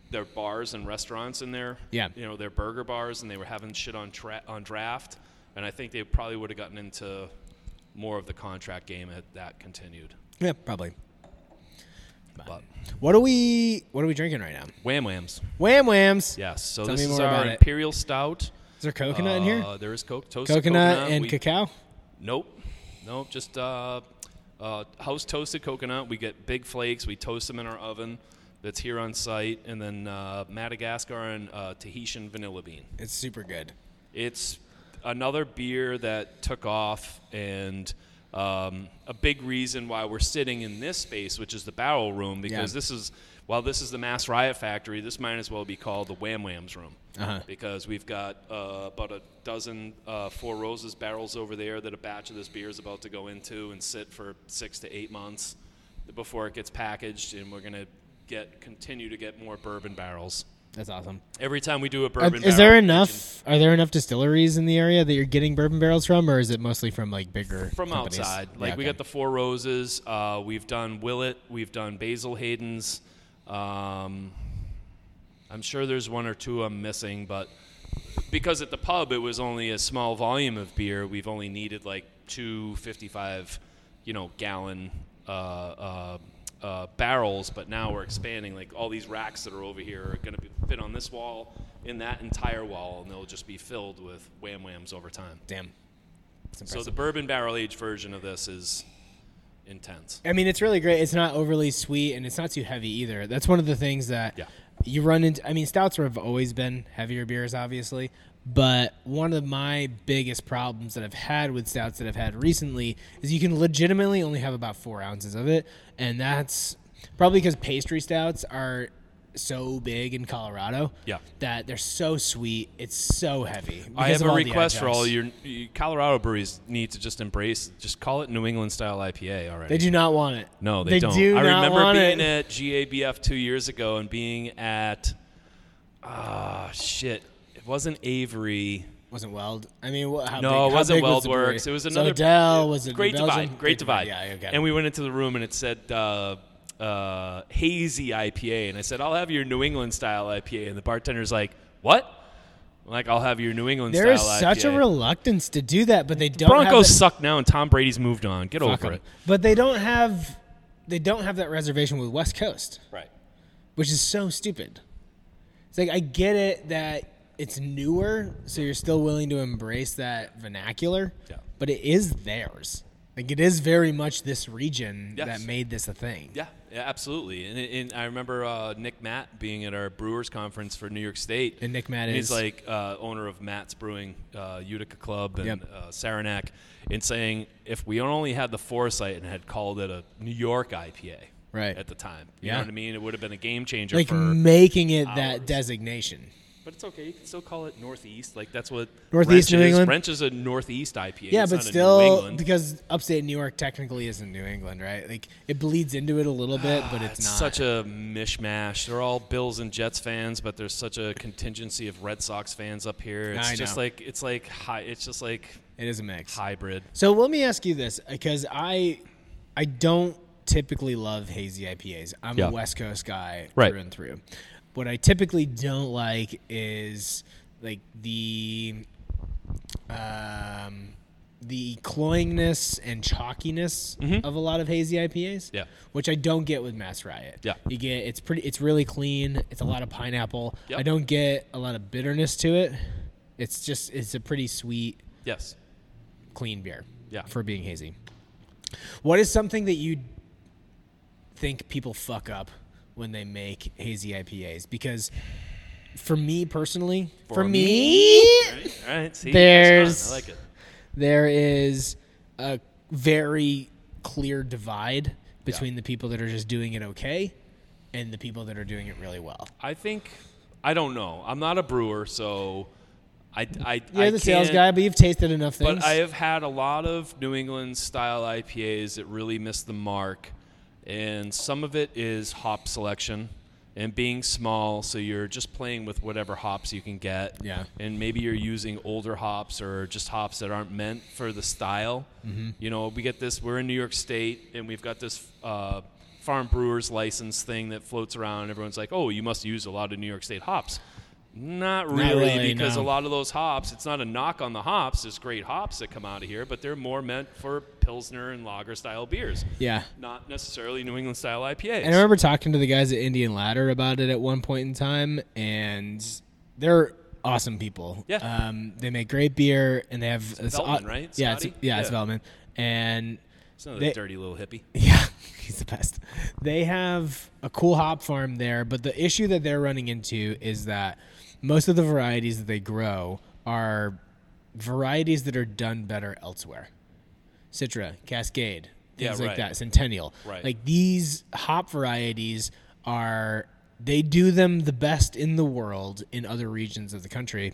their bars and restaurants in there.
Yeah.
You know, their burger bars, and they were having shit on tra- on draft. And I think they probably would have gotten into more of the contract game had that continued.
yeah, probably.
But
What are we? What are we drinking right now?
wham whams.
Wham whams.
Yes. So
Tell
this
me
is
more
our
about it.
imperial stout.
Is there coconut in here?
Uh, there is coke, toasted
Coconut, and
We-
cacao.
Nope. Nope. Just uh, uh, house toasted coconut. We get big flakes. We toast them in our oven. That's here on site, and then uh, Madagascar and uh, Tahitian vanilla bean.
It's super good.
It's another beer that took off, and um, a big reason why we're sitting in this space, which is the barrel room, because
Yeah.
this is while this is the Mass Riot Factory, this might as well be called the Wham Whams room,
Uh-huh.
because we've got uh, about a dozen uh, Four Roses barrels over there that a batch of this beer is about to go into and sit for six to eight months before it gets packaged, and we're gonna get continue to get more bourbon barrels.
That's awesome.
Every time we do a
Are,
bourbon,
Uh, is
barrel
there
kitchen-
enough? Are there enough distilleries in the area that you're getting bourbon barrels from, or is it mostly from like bigger
from
companies?
outside.
Yeah,
Like we
okay.
got the Four Roses. Uh, we've done Willet. We've done Basil Hayden's. Um, I'm sure there's one or two I'm missing, but because at the pub it was only a small volume of beer, we've only needed like two 55, you know, gallon uh, uh, uh, barrels. But now we're expanding. Like all these racks that are over here are going to fit on this wall, in that entire wall, and they'll just be filled with wham whams over time.
damn. It's
So
impressive.
the bourbon barrel aged version of this is intense.
I mean, it's really great. It's not overly sweet and it's not too heavy either. That's one of the things that
Yeah.
you run into. I mean, stouts have always been heavier beers, obviously. But one of my biggest problems that I've had with stouts that I've had recently is you can legitimately only have about four ounces of it. And that's probably because pastry stouts are so big in Colorado
Yeah.
that they're so sweet. It's so heavy.
I
because
have
of
a
all the
request for
adjuncts.
all your you- Colorado breweries need to just embrace, just call it New England style IPA already.
They do not want it.
No, they,
they
don't.
Do
I
not
remember
want
being
it.
at GABF two years ago and being at, ah, shit. It wasn't Avery.
Wasn't Weld? I mean, wha- how big,
No, it
how
wasn't
big was
Weld
the
Works. It
brewery?
was another
so Dell was it
Great
Belgium?
Divide. Great Divide.
Yeah, okay.
And we went into the room and it said uh, uh, hazy IPA, and I said, "I'll have your New England style IPA," and the bartender's like, "What?" I'm like, "I'll have your New England
there is
style
such a
IPA."
reluctance to do that, but they don't.
Broncos
have
suck now, and Tom Brady's moved on. Get
that,
over it.
But they don't have, they don't have that reservation with West Coast,
Right.
which is so stupid. It's like I get it that it's newer, so you're still willing to embrace that vernacular,
Yeah.
but it is theirs. Like it is very much this region
Yes.
that made this a thing.
Yeah, yeah absolutely. And, and I remember uh, Nick Matt being at our Brewers conference for New York State.
And Nick Matt is-
he's like uh, owner of Matt's Brewing, uh, Utica Club, and
Yep.
uh, Saranac, and saying if we only had the foresight and had called it a New York IPA
Right.
at the time, you
Yeah.
know what I mean? It would have been a game changer.
Like
for,
making it
hours.
that designation.
but it's okay. You can still call it Northeast. Like that's what
Northeast
Wrench
New
is.
England?
Wrench is a Northeast IPA.
Yeah,
It's
but
not a New
still,
England.
because upstate New York technically isn't New England, right? Like it bleeds into it a little bit, but it's,
It's
not.
such a mishmash. They're all Bills and Jets fans, but there's such a contingency of Red Sox fans up here. It's
I
just
know.
like it's like hi, it's just like
it is a mix.
hybrid.
So let me ask you this, because I, I don't typically love hazy IPAs. I'm
Yeah.
a West Coast guy
Right.
through and through. What I typically don't like is like the, um, the cloyingness and chalkiness of a lot of hazy IPAs.
Mm-hmm. Yeah.
which I don't get with Mass Riot.
Yeah. Mm-hmm.
you get it's pretty. It's really clean. It's a lot of pineapple.
Yep.
I don't get a lot of bitterness to it. It's just it's a pretty sweet
Yes.
clean beer.
Yeah.
For being hazy. What is something that you think people fuck up when they make hazy IPAs? Because for me personally, for, me,
All right. See,
There's-
it's fun. I like it.
there is a very clear divide between the people that are just doing it okay and the people that are doing it really well.
I think I don't know. I'm not a brewer, so I I
You're
I
the sales
can't-
guy, but you've tasted enough things.
But I have had a lot of New England style IPAs that really missed the mark, and some of it is hop selection and being small, so you're just playing with whatever hops you can get.
Yeah.
And maybe you're using older hops or just hops that aren't meant for the style.
Mm-hmm.
You know, we get this. We're in New York State, and we've got this. Uh, Farm brewers license thing that floats around. Everyone's like, "Oh, you must use a lot of New York State hops." Not really,
really,
because
no.
a lot lot of those hops. It's not a knock on the hops. There's great hops that come out of here, but they're more meant for pilsner and lager style beers.
yeah.
Not necessarily New England style IPAs.
And I remember talking to the guys at Indian Ladder about it at one point in time, and they're awesome people.
Yeah.
Um, they make great beer, and they have it's
Veltman, right?
Yeah, it's, yeah,
Scotty? Yeah.
it's Veltman, and
it's another
they-
dirty little hippie.
yeah, he's the best. They have a cool hop farm there, but the issue that they're running into is that most of the varieties that they grow are varieties that are done better elsewhere. Citra, Cascade, things
Yeah,
like
right.
that, Centennial.
Right.
Like these hop varieties are they do them the best in the world in other regions of the country.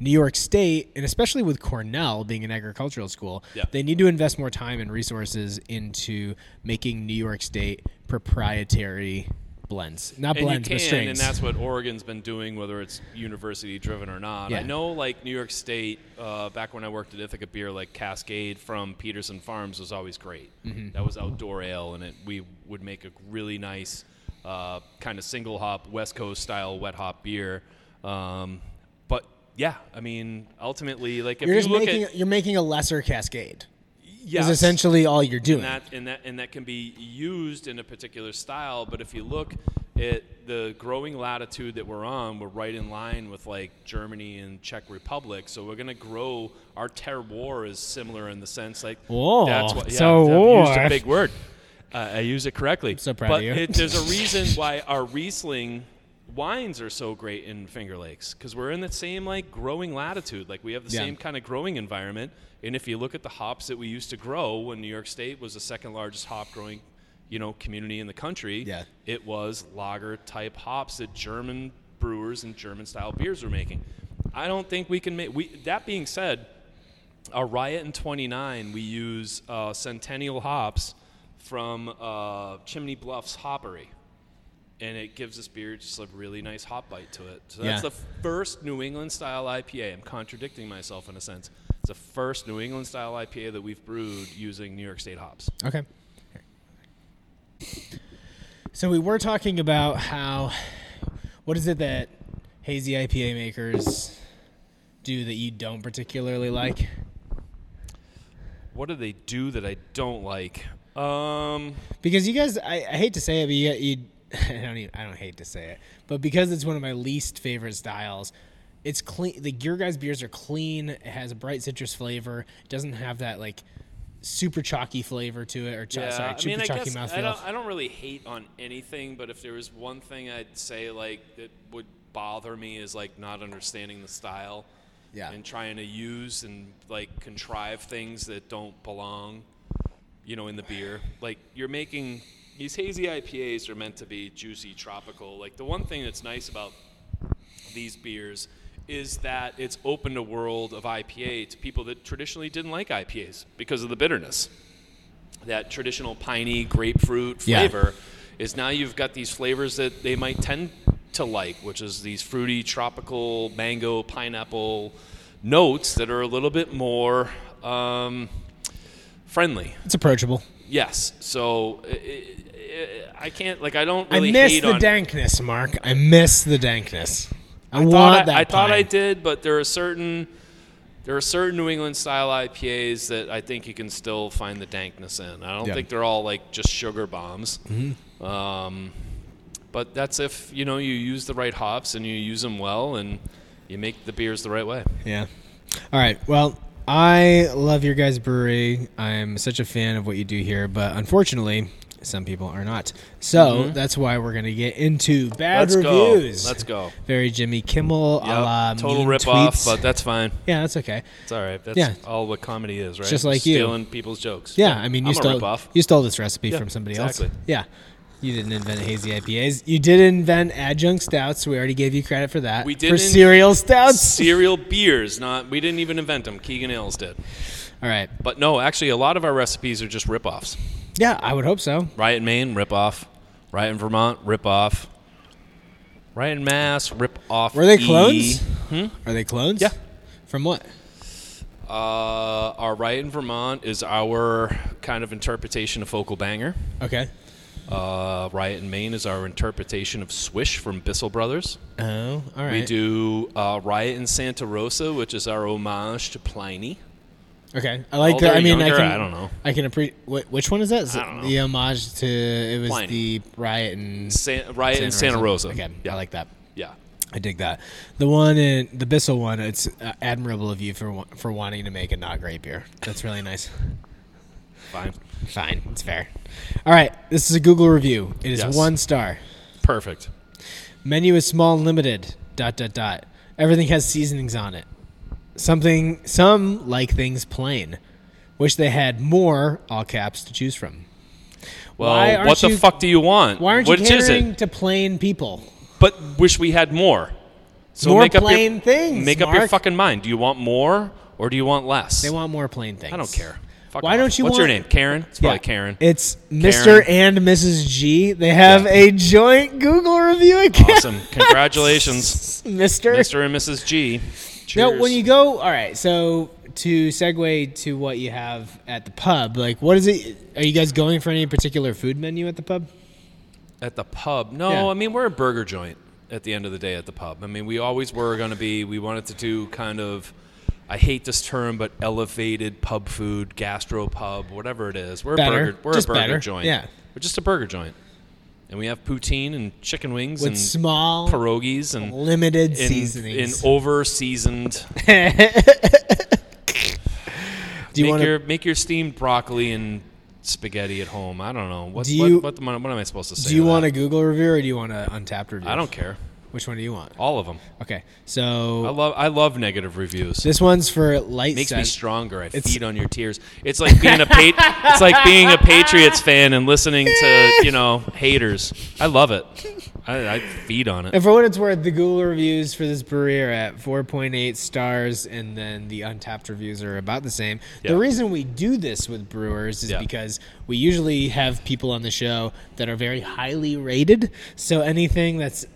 New York State, and especially with Cornell being an agricultural school,
Yeah.
they need to invest more time and resources into making New York State proprietary blends, not
And
blends,
you
but
can,
strains.
and that's what Oregon's been doing, whether it's university driven or not.
Yeah.
I know, like New York State, uh, back when I worked at Ithaca Beer, like Cascade from Peterson Farms was always great.
Mm-hmm.
That was outdoor ale, and it, we would make a really nice uh, kind of single hop West Coast style wet hop beer. Um, but yeah, I mean, ultimately, like if
you're
you
just
look
making
at
you're making a lesser Cascade.
yes,
Is essentially all you're doing.
and that and that and that can be used in a particular style. But if you look at the growing latitude that we're on, we're right in line with like Germany and Czech Republic. So we're gonna grow our terroir is similar in the sense like
Whoa,
that's what yeah,
terroir.
I've used a big word. Uh, I use it correctly.
so proud
but
of you.
It, there's a reason why our Riesling wines are so great in Finger Lakes because we're in the same like growing latitude. Like we have the
Yeah.
same kind of growing environment. And if you look at the hops that we used to grow when New York State was the second largest hop growing, you know, community in the country,
Yeah.
it was lager type hops that German brewers and German style beers were making. I don't think we can make. We that being said, our Riot and 29, we use uh, Centennial hops from uh, Chimney Bluff's Hoppery. And it gives this beer just a really nice hop bite to it. So that's
Yeah.
the first New England style IPA. I'm contradicting myself in a sense. It's the first New England style IPA that we've brewed using New York State hops.
Okay. So we were talking about how what is it that hazy IPA makers do that you don't particularly like?
What do they do that I don't like? Um,
Because you guys, I, I hate to say it, but you, you I don't even, I don't hate to say it, but because it's one of my least favorite styles, it's clean. The Gear Guys beers are clean. It has a bright citrus flavor. It doesn't have that like super chalky flavor to it, or ch-
Yeah,
sorry,
I
super
mean, I
chalky
guess I
mouthfeel.
don't, I don't really hate on anything, but if there was one thing I'd say like that would bother me is like not understanding the style,
Yeah.
and trying to use and like contrive things that don't belong, you know, in the beer. Like you're making these hazy IPAs are meant to be juicy, tropical. Like the one thing that's nice about these beers is that it's opened a world of IPA to people that traditionally didn't like IPAs because of the bitterness. That traditional piney grapefruit
Yeah.
flavor is now you've got these flavors that they might tend to like, which is these fruity, tropical, mango, pineapple notes that are a little bit more um, friendly.
It's approachable.
Yes. So i- i- i I can't, like, I don't
I
really
miss
hate
the
on
dankness, Mark. I miss the dankness. I,
thought
want
I,
that.
I thought I
pine.
did, but there are certain there are certain New England style IPAs that I think you can still find the dankness in. I don't
Yeah.
think they're all like just sugar bombs.
Mm-hmm.
Um, but that's if you know you use the right hops and you use them well and you make the beers the right way.
Yeah. All right. Well, I love your guys' brewery. I'm such a fan of what you do here, but unfortunately, some people are not. So that's why we're going to get into bad
Mm-hmm. Let's go.
reviews.
Let's go.
Very Jimmy Kimmel, a
Yep,
la
total
mean
rip off,
tweets.
but that's fine.
yeah, that's okay.
It's all right. That's
Yeah.
all what comedy is, right?
Just like you.
stealing people's jokes.
Yeah, I mean, you
I'm a
stole
rip-off.
you stole this recipe
Yeah,
from somebody else.
exactly.
Yeah, you didn't invent hazy IPAs. You did invent adjunct stouts. We already gave you credit for that.
We
for
didn't-
cereal stouts.
Cereal beers, not we didn't even invent them. Keegan Ailes did.
All right.
But no, actually, a lot of our recipes are just rip-offs.
Yeah, I would hope so.
Riot in Maine, rip off. Riot in Vermont, rip off. Riot in Mass, rip off.
Were they
E.
clones? Are they clones?
Yeah.
From what?
Uh, our Riot in Vermont is our kind of interpretation of Focal Banger.
Okay.
Uh, Riot in Maine is our interpretation of Swish from Bissell Brothers.
Oh, all right.
We do uh, Riot in Santa Rosa, which is our homage to Pliny.
Okay, I like
Oh,
that.
they're
I mean, I
younger?
can.
I don't know.
I can appreciate. Which one is that? Is it
don't know.
the homage to it was
Pliny.
the riot and
San- Riot in Santa Rosa.
Okay, I like that.
Yeah.
I dig that. The one in the Bissell one, it's uh, admirable of you for wa- for wanting to make a not great beer. That's really nice.
Fine.
Fine, it's fair. All right, this is a Google review. It is
Yes.
one star.
Perfect.
Menu is small and limited. Dot dot dot. Everything has seasonings on it. Something some like things plain. Wish they had more all caps to choose from.
Well,
Why aren't
what the
you-
fuck do you want?
Why aren't you
Which is it?
catering to plain people?
but wish we had more. So
More
make up
plain
your,
things,
Make up your
Mark.
fucking mind. Do you want more or do you want less?
They want more plain things.
I don't care. Fuck
Why
off.
don't you
What's your
want-
name? Karen. It's probably Karen.
It's Mr. and Mrs. G. They have a joint Google review account.
awesome. Congratulations,
Mr.
Mr. and Mrs. G.
No,
Cheers.
when you go, all right. So to segue to what you have at the pub, like what is it? Are you guys going for any particular food menu at the pub?
at the pub. No,
Yeah.
I mean we're a burger joint at the end of the day at the pub. I mean we always were going to be. We wanted to do kind of. I hate this term, but elevated pub food, gastro pub, whatever it is. We're
Better.
a burger. We're
Just
a burger
better.
joint.
Yeah.
we're just a burger joint, and we have poutine and chicken wings
With
and
small,
pierogies and
limited
and-
seasonings.
and over seasoned.
do you
make
want
your
to?
make your steamed broccoli and spaghetti at home. I don't know. What,
Do
what-
you-
what, am I- what am I supposed to say?
Do you
to
want a
that?
Google review or do you want an untapped review?
I don't care.
Which one do you want?
All of them.
Okay,
I
so
love I love negative reviews.
this one's for light.
makes me
side.
stronger. I
It's-
feed on your tears. It's like being a pat- it's like being a Patriots fan and listening to you know haters. I love it. I, I feed on it.
And for what it's worth, the Google reviews for this brewery are at 4.8 stars, and then the untapped reviews are about the same.
Yeah.
The reason we do this with brewers is
Yeah.
because we usually have people on the show that are very highly rated. So anything that's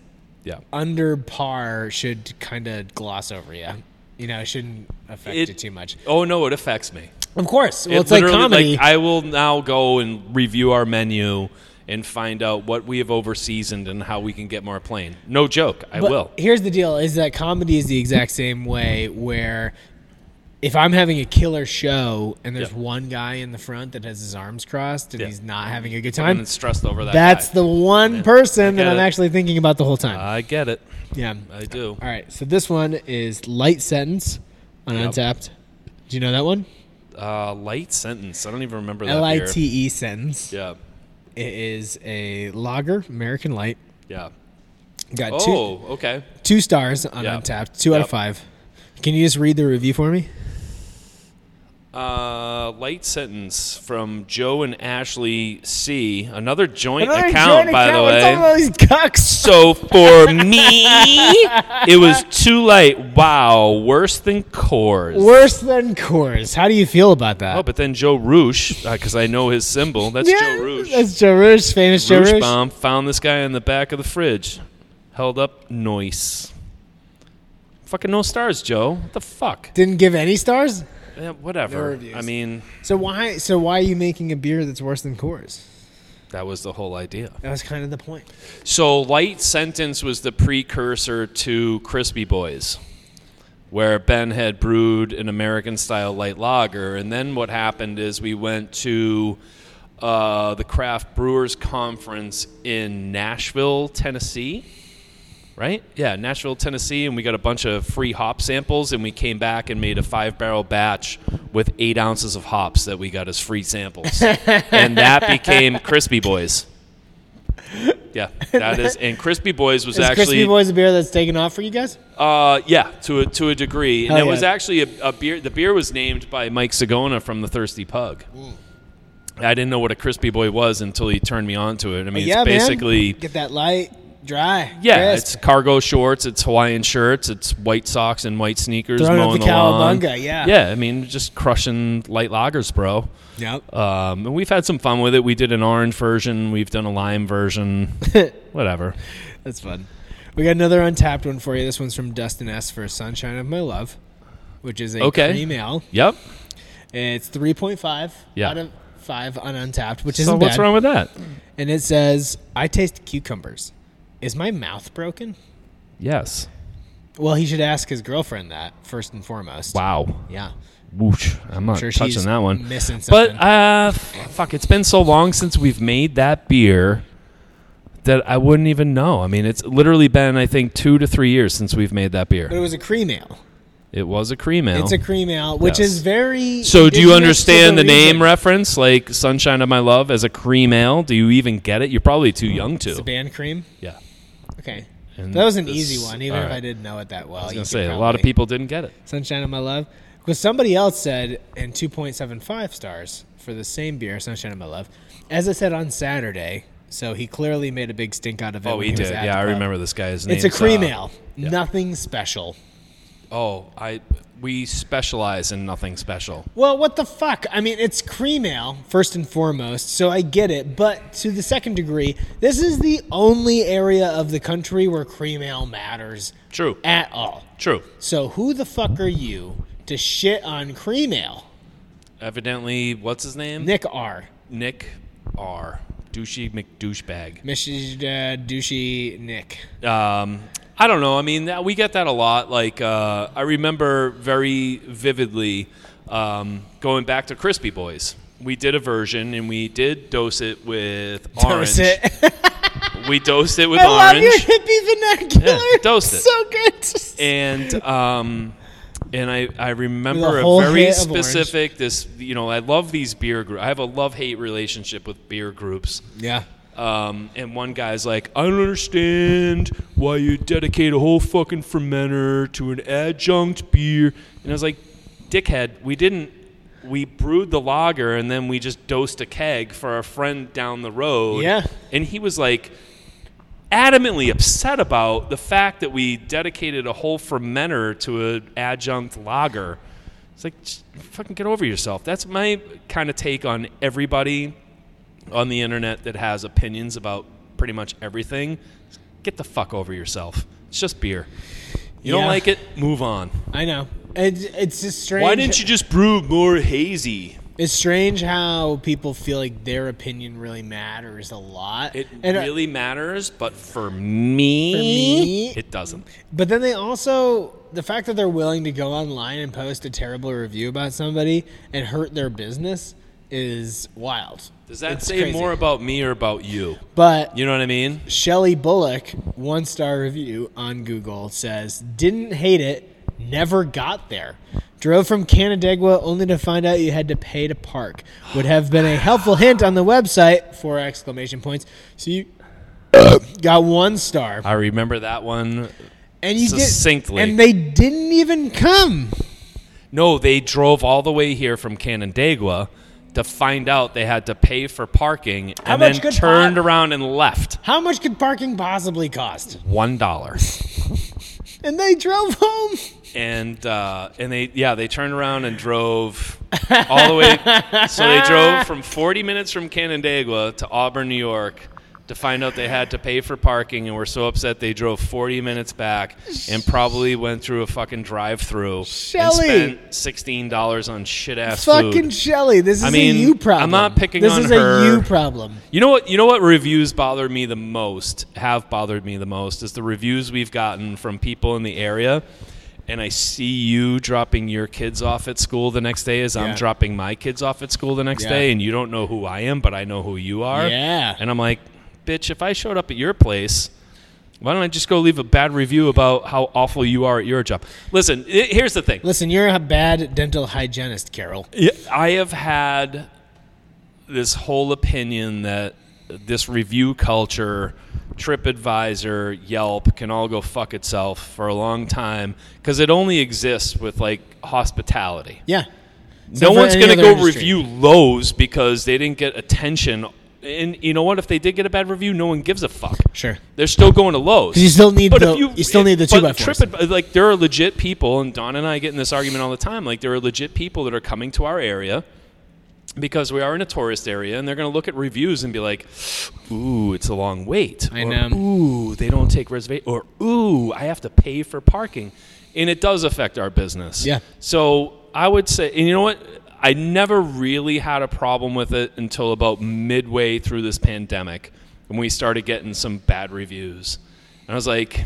Yeah.
under par should kind of gloss over you. You know, it shouldn't affect
It-
you too much.
Oh no, it affects me.
Of course. Well,
It
it's like
literally,
comedy.
I will now go and review our menu and find out what we have overseasoned and how we can get more plain. No joke, I
But
will.
Here's the deal: is that comedy is the exact same way. Where if I'm having a killer show and there's
Yeah.
one guy in the front that has his arms crossed and
Yeah.
he's not having a good
I'm
time,
stressed over that.
that's
guy.
the one person that
get
I'm
it. Uh,
actually thinking about the whole time.
I get it.
yeah.
I do.
All right. So this one is light sentence on Untapped. Do you know that one?
uh, light sentence. I don't even remember that. beer.
L I T E sentence.
Yeah,
It is a lager, American Light.
yeah.
Got two
Oh, okay.
two stars on
Yeah.
Untapped. Two out
Yep.
of five. Can you just read the review for me?
Uh, light sentence from Joe and Ashley C. Another joint
Another
account,
joint
by
account.
the
What's
way.
up with these cucks?
So for me, it was too light. Wow, worse than Coors.
Worse than Coors. How do you feel about that?
Oh, but then Joe Roosh, because I know his symbol. That's Joe Roosh.
That's Joe Roosh, famous Joe
Roosh
Roosh.
bomb found this guy in the back of the fridge. Held up, noise. Fucking no stars, Joe. What the fuck?
Didn't give any stars.
Yeah, whatever.
No reviews.
I mean,
So why? So why are you making a beer that's worse than Coors?
that was the whole idea.
That was kind of the point.
So Light Sentence was the precursor to Crispy Boys, where Ben had brewed an American style light lager. And then what happened is we went to uh, the Craft Brewers Conference in Nashville, Tennessee. Right? Yeah, Nashville, Tennessee. And we got a bunch of free hop samples. And we came back and made a five barrel batch with eight ounces of hops that we got as free samples. and that became Crispy Boys. Yeah, that is. And Crispy Boys was
Is
actually
Crispy Boys a beer that's taken off for you guys?
uh, yeah, to a, to a degree, and
Hell
it was
yeah.
actually a, a beer. The beer was named by Mike Sagona from the Thirsty Pug. I didn't know what a crispy boy was until he turned me on to it. I mean,
yeah,
it's basically
man. get that light, dry.
yeah,
crisp.
it's cargo shorts, it's Hawaiian shirts, it's white socks and white sneakers
Throwing up
mowing
the
lawn.
cowabunga, yeah.
yeah. I mean, just crushing light lagers, bro.
Yep.
Um, and we've had some fun with it. We did an orange version, we've done a lime version, whatever.
That's fun. We got another untapped one for you. This one's from Dustin S for Sunshine of My Love, which is a
Okay.
cream ale.
Yep.
It's 3.5
Yeah.
out of 5 on Untapped, which
so
isn't
what's
bad.
wrong with that?
and it says, I taste cucumbers. Is my mouth broken?
Yes.
Well, he should ask his girlfriend that first and foremost.
Wow.
Yeah.
Whoosh! I'm not
Sure she's
touching that one.
missing
But
something.
uh, f- fuck, it's been so long since we've made that beer that I wouldn't even know. I mean, it's literally been I think two to three years since we've made that
But it
beer.
was a cream ale.
It was a cream ale.
It's a cream ale, which
Yes.
is very.
so do you
indigenous to
understand the, name
region.
reference, like "Sunshine of My Love" as a cream ale? Do you even get it? You're probably too young
Mm, It's a
to.
band cream.
Yeah,
Okay.
And
that was an
Mm. this-
easy one, even
all
if I
right.
didn't know it that well.
I was
you
gonna
could
say a lot of
probably-
people didn't get it.
Sunshine of My Love. Because somebody else said, and 2.75 stars for the same beer, Sunshine of My Love, as I said on Saturday. So he clearly made a big stink out of it.
Oh,
when
he
was
did.
at the
Yeah, I
club.
remember this guy's name. Uh,
It's a cream ale. Nothing special.
Oh, I we specialize in nothing special.
Well, what the fuck? I mean, it's cream ale, first and foremost, so I get it. But to the second degree, this is the only area of the country where cream ale matters
True.
at all.
True.
So who the fuck are you to shit on cream ale?
Evidently, what's his name?
Nick R.
Nick R. Douchey McDouchebag.
Mrs. Uh, douchey Nick.
Um, I don't know. I mean, that, we get that a lot. Like, uh, I remember very vividly um, going back to Crispy Boys. We did a version, and we did dose it with orange.
Dose it.
We dosed it with
I love your
orange,
hippie vernacular.
Yeah, dose it.
So good.
and um, and I I remember
With a
a,
whole
very
hit of orange.
specific. This you know, I love these beer groups. I have a love hate relationship with beer groups.
yeah.
Um, and one guy's like, I don't understand why you dedicate a whole fucking fermenter to an adjunct beer. And I was like, dickhead, we didn't. We brewed the lager and then we just dosed a keg for our friend down the road.
Yeah.
And he was like, adamantly upset about the fact that we dedicated a whole fermenter to an adjunct lager. It's like, just fucking get over yourself. That's my kind of take on everybody on the internet that has opinions about pretty much everything. Get the fuck over yourself. It's just beer. You
Yeah.
don't like it, move on.
I know. It's, it's just strange.
Why didn't you just brew more hazy?
It's strange how people feel like their opinion really matters a lot.
It
And, uh,
really matters, but for me,
me-
it doesn't.
But then they also the fact that they're willing to go online and post a terrible review about somebody and hurt their business is wild.
Does that
It's
say
crazy.
more about me or about you?
But
You know what I mean?
Shelly Bullock, one star review on Google says, didn't hate it, never got there. Drove from Canandaigua only to find out you had to pay to park. Would have been a helpful hint on the website. Four exclamation points. So you got one star.
I remember that one.
And you
succinctly.
Did, and they didn't even come.
No, they drove all the way here from Canandaigua to find out they had to pay for parking and
much
then
good
turned
pot?
around and left.
How much could parking possibly cost?
One dollar.
And they drove home.
and uh, and they yeah they turned around and drove all the way. so they drove from 40 minutes from Canandaigua to Auburn, New York, to find out they had to pay for parking, and were so upset they drove 40 minutes back and probably went through a fucking drive-through and
Shelley.
spent 16 dollars on shit ass
Fucking
food.
Shelly, this is
I mean,
a you problem.
I'm not picking
this
on
is
her.
a you problem.
You know what? You know what reviews bother me the most. Have bothered me the most is the reviews we've gotten from people in the area, and I see you dropping your kids off at school the next day as I'm
Yeah.
dropping my kids off at school the next
Yeah.
day, and you don't know who I am, but I know who you are.
Yeah.
And I'm like, bitch, if I showed up at your place. Why don't I just go leave a bad review about how awful you are at your job? Listen, i here's the thing.
Listen, you're a bad dental hygienist, Carol.
Yeah, I have had this whole opinion that this review culture, TripAdvisor, Yelp can all go fuck itself for a long time because it only exists with like hospitality.
Yeah.
no
for
one's
any
going to
other
go
industry.
review Lowe's because they didn't get attention. And you know what? If they did get a bad review, no one gives a fuck.
Sure.
They're still going to Lowe's.
'Cause you still need
But
the-
if
you still need the
but
two-by-fours.
TripAdvi- like there are legit people, and Don and I get in this argument all the time. Like there are legit people that are coming to our area because we are in a tourist area, and they're going to look at reviews and be like, "Ooh, it's a long wait."
I
or,
know.
Ooh, they don't take reservation. Or ooh, I have to pay for parking, and it does affect our business.
Yeah.
So I would say, and you know what? I never really had a problem with it until about midway through this pandemic when we started getting some bad reviews. And I was like,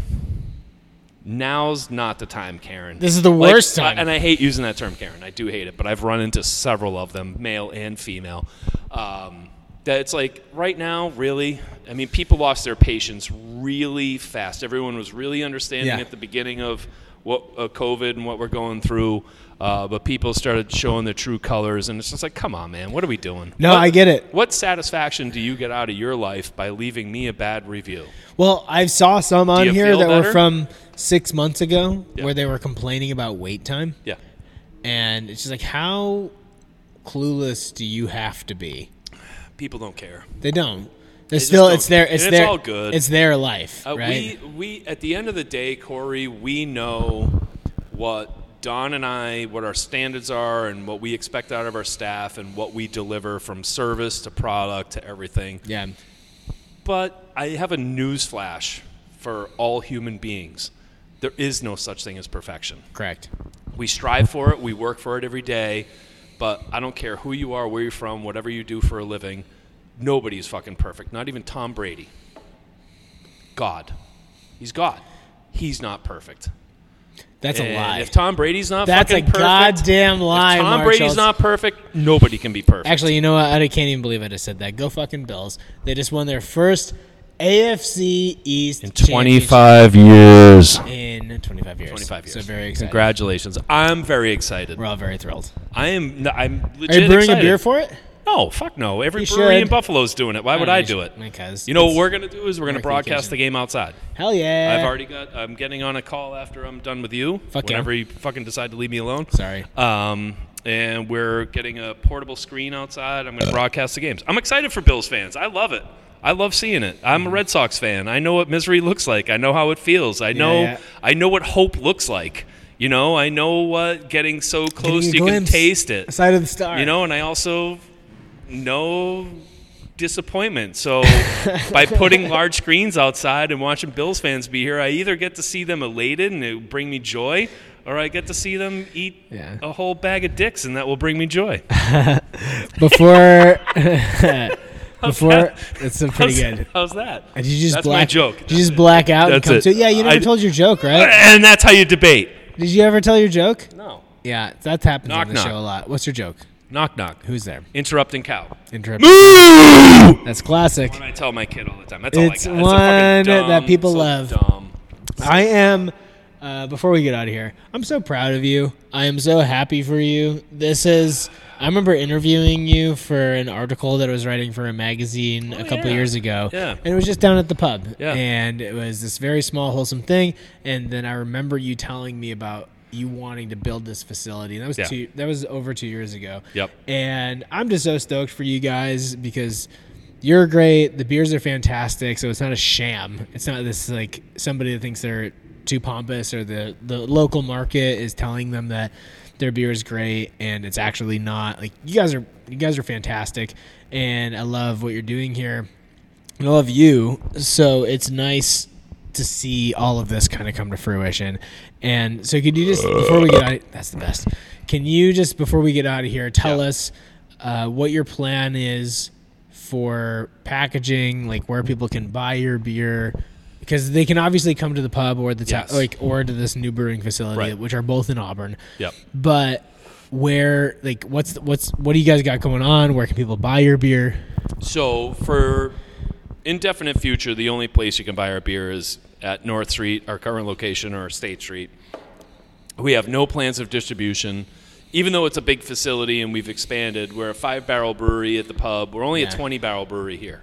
now's not the time, Karen.
This is the
Like,
worst time.
I- and I hate using that term, Karen. I do hate it, but I've run into several of them, male and female. Um, that it's like right now, really. I mean, people lost their patience really fast. Everyone was really understanding
Yeah.
at the beginning of what uh, COVID and what we're going through, uh, but people started showing their true colors, and it's just like, come on, man, what are we doing?
No,
What-
I get it.
What satisfaction do you get out of your life by leaving me a bad review?
Well, I saw some on
you
here
feel
that
better?
were from six months ago
Yeah.
where they were complaining about wait time.
Yeah,
And it's just like, how clueless do you have to be?
people don't care.
They don't. They're
just
still,
don't
it's their,
care.
it's
And it's
their,
all good.
it's their life,
Uh,
right?
We we at the end of the day, Corey, we know what Don and I, what our standards are, and what we expect out of our staff, and what we deliver from service to product to everything.
yeah.
But I have a news flash for all human beings: there is no such thing as perfection.
Correct.
We strive for it. We work for it every day. But I don't care who you are, where you're from, whatever you do for a living. Nobody's fucking perfect. Not even Tom Brady. God. He's God. He's not perfect.
That's a
And
lie.
If Tom Brady's not
That's
fucking
a
perfect,
goddamn lie,
If Tom
Mark
Brady's
Schultz.
not perfect, nobody can be perfect.
Actually, you know what? I can't even believe I just said that. Go fucking Bills. They just won their first AFC East in
years.
in 25 years.
25 years.
So very excited.
Congratulations. I'm very excited.
We're all very thrilled.
I am I'm legit
Are you brewing
excited.
a beer for it?
No, fuck no. Every
You
brewery
should.
in Buffalo's doing it. Why would
don't
I
know,
do
you
it?
should- because
you know what
it's-
we're gonna do is we're gonna
Mark the
broadcast
occasion.
the game outside.
Hell yeah.
I've already got. I'm getting on a call after I'm done with you.
Fuck yeah.
whenever you fucking decide to leave me alone.
Sorry.
Um, and we're getting a portable screen outside. I'm going to broadcast the games. I'm excited for Bills fans. I love it. I love seeing it. I'm
Mm-hmm.
a Red Sox fan. I know what misery looks like. I know how it feels. I know.
yeah.
I know what hope looks like. You know. I know what getting so close
Getting
you
a
can
glimpse.
taste it.
Side of the star.
You know, and I also know disappointment. So by putting large screens outside and watching Bills fans be here, I either get to see them elated and it will bring me joy, or I get to see them eat
Yeah.
a whole bag of dicks and that will bring me joy.
Before. before. It's a
how's,
pretty good.
How's that?
Did you just
that's
black,
my joke.
Did you just black out
That's
and come
it.
to Yeah, you never
I-
told your joke, right?
and that's how you debate.
Did you ever tell your joke?
No.
Yeah, that happens
Knock,
on the
knock.
show a lot. What's your joke?
Knock knock.
Who's there?
interrupting cow?
Interrupt. That's classic.
What I tell my kid all the time. That's
It's
all I got. It's a fucking
one
dumb-
that people
so
love.
Dumb.
I am uh, before we get out of here, I'm so proud of you. I am so happy for you. This is. I remember interviewing you for an article that I was writing for a magazine a couple
Oh, yeah.
years ago.
Yeah.
And it was just down at the pub.
Yeah.
And it was this very small, wholesome thing. And then I remember you telling me about you wanting to build this facility. And that was
Yeah.
two that was over two years ago.
Yep.
And I'm just so stoked for you guys because you're great. The beers are fantastic. So it's not a sham. It's not this like somebody that thinks they're too pompous or the, the local market is telling them that their beer is great and it's actually not. Like you guys are you guys are fantastic and I love what you're doing here. I love you. So it's nice to see all of this kind of come to fruition. And so, could you just before we get out? That's the best. Can you just before we get out of here tell us uh, what your plan is for packaging, like where people can buy your beer? Because they can obviously come to the pub or the ta-
Yes.
like or to this new brewing facility,
Right.
which are both in Auburn.
Yep.
But where like what's what's what do you guys got going on? Where can people buy your beer?
So for indefinite future, the only place you can buy our beer is at North Street, our current location, or State Street. We have no plans of distribution. Even though it's a big facility and we've expanded, we're a five barrel brewery at the pub. We're only a
Yeah.
20 barrel brewery here.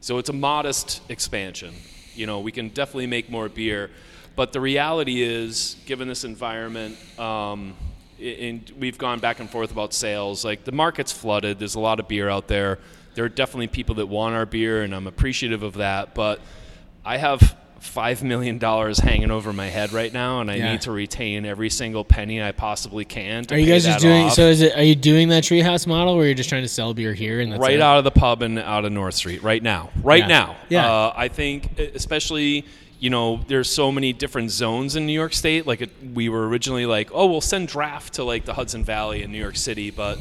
So it's a modest expansion. You know, we can definitely make more beer. But the reality is, given this environment, um, i- and we've gone back and forth about sales, like the market's flooded, there's a lot of beer out there. There are definitely people that want our beer, and I'm appreciative of that. But I have $5 million hanging over my head right now, and I
Yeah.
need to retain every single penny I possibly can. To
Are you
pay
guys just
that
doing?
off
So is it? Are you doing that treehouse model where you're just trying to sell beer here and that's
right
it?
out of the pub and out of North Street right now. Right
Yeah.
now.
Yeah.
Uh, I think, especially, you know, there's so many different zones in New York State. Like, it, we were originally like, oh, we'll send draft to like the Hudson Valley in New York City, but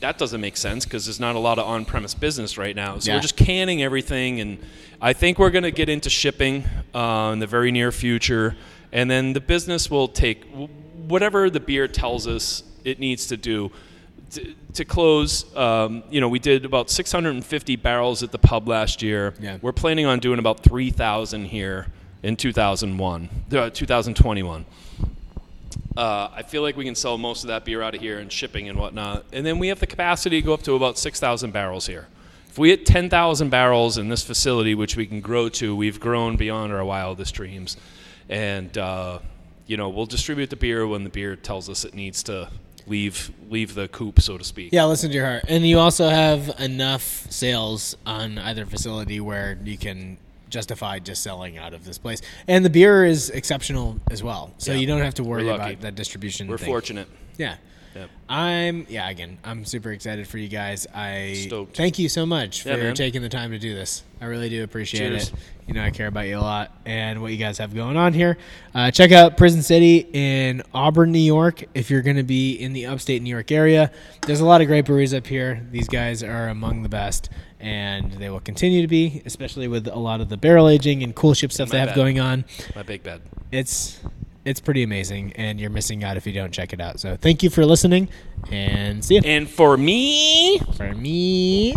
that doesn't make sense because there's not a lot of on-premise business right now. So
Yeah.
we're just canning everything, and I think we're going to get into shipping uh, in the very near future, and then the business will take wh- whatever the beer tells us it needs to do. To, to close, um, you know, we did about 650 barrels at the pub last year.
Yeah.
We're planning on doing about 3,000 here in 2001, uh, 2021 uh, I feel like we can sell most of that beer out of here and shipping and whatnot. And then we have the capacity to go up to about 6,000 barrels here. If we hit 10,000 barrels in this facility, which we can grow to, we've grown beyond our wildest dreams. And, uh, you know, we'll distribute the beer when the beer tells us it needs to leave leave the coop, so to speak.
Yeah, listen to your heart. And you also have enough sales on either facility where you can justify just selling out of this place. And the beer is exceptional as well, so
Yeah.
you don't have to worry
We're lucky.
about that distribution.
We're
thing.
fortunate.
Yeah.
Yep.
I'm yeah again. I'm super excited for you guys. I
Stoked.
thank you so much
Yeah,
for
man.
taking the time to do this. I really do appreciate
Cheers.
it. You know I care about you a lot and what you guys have going on here. Uh, check out Prison City in Auburn, New York, if you're going to be in the upstate New York area. There's a lot of great breweries up here. These guys are among the best, and they will continue to be, especially with a lot of the barrel aging and cool ship stuff
My
they have
bad.
going on
My big bad.
it's it's pretty amazing and you're missing out if you don't check it out so thank you for listening and see you
And for me,
for me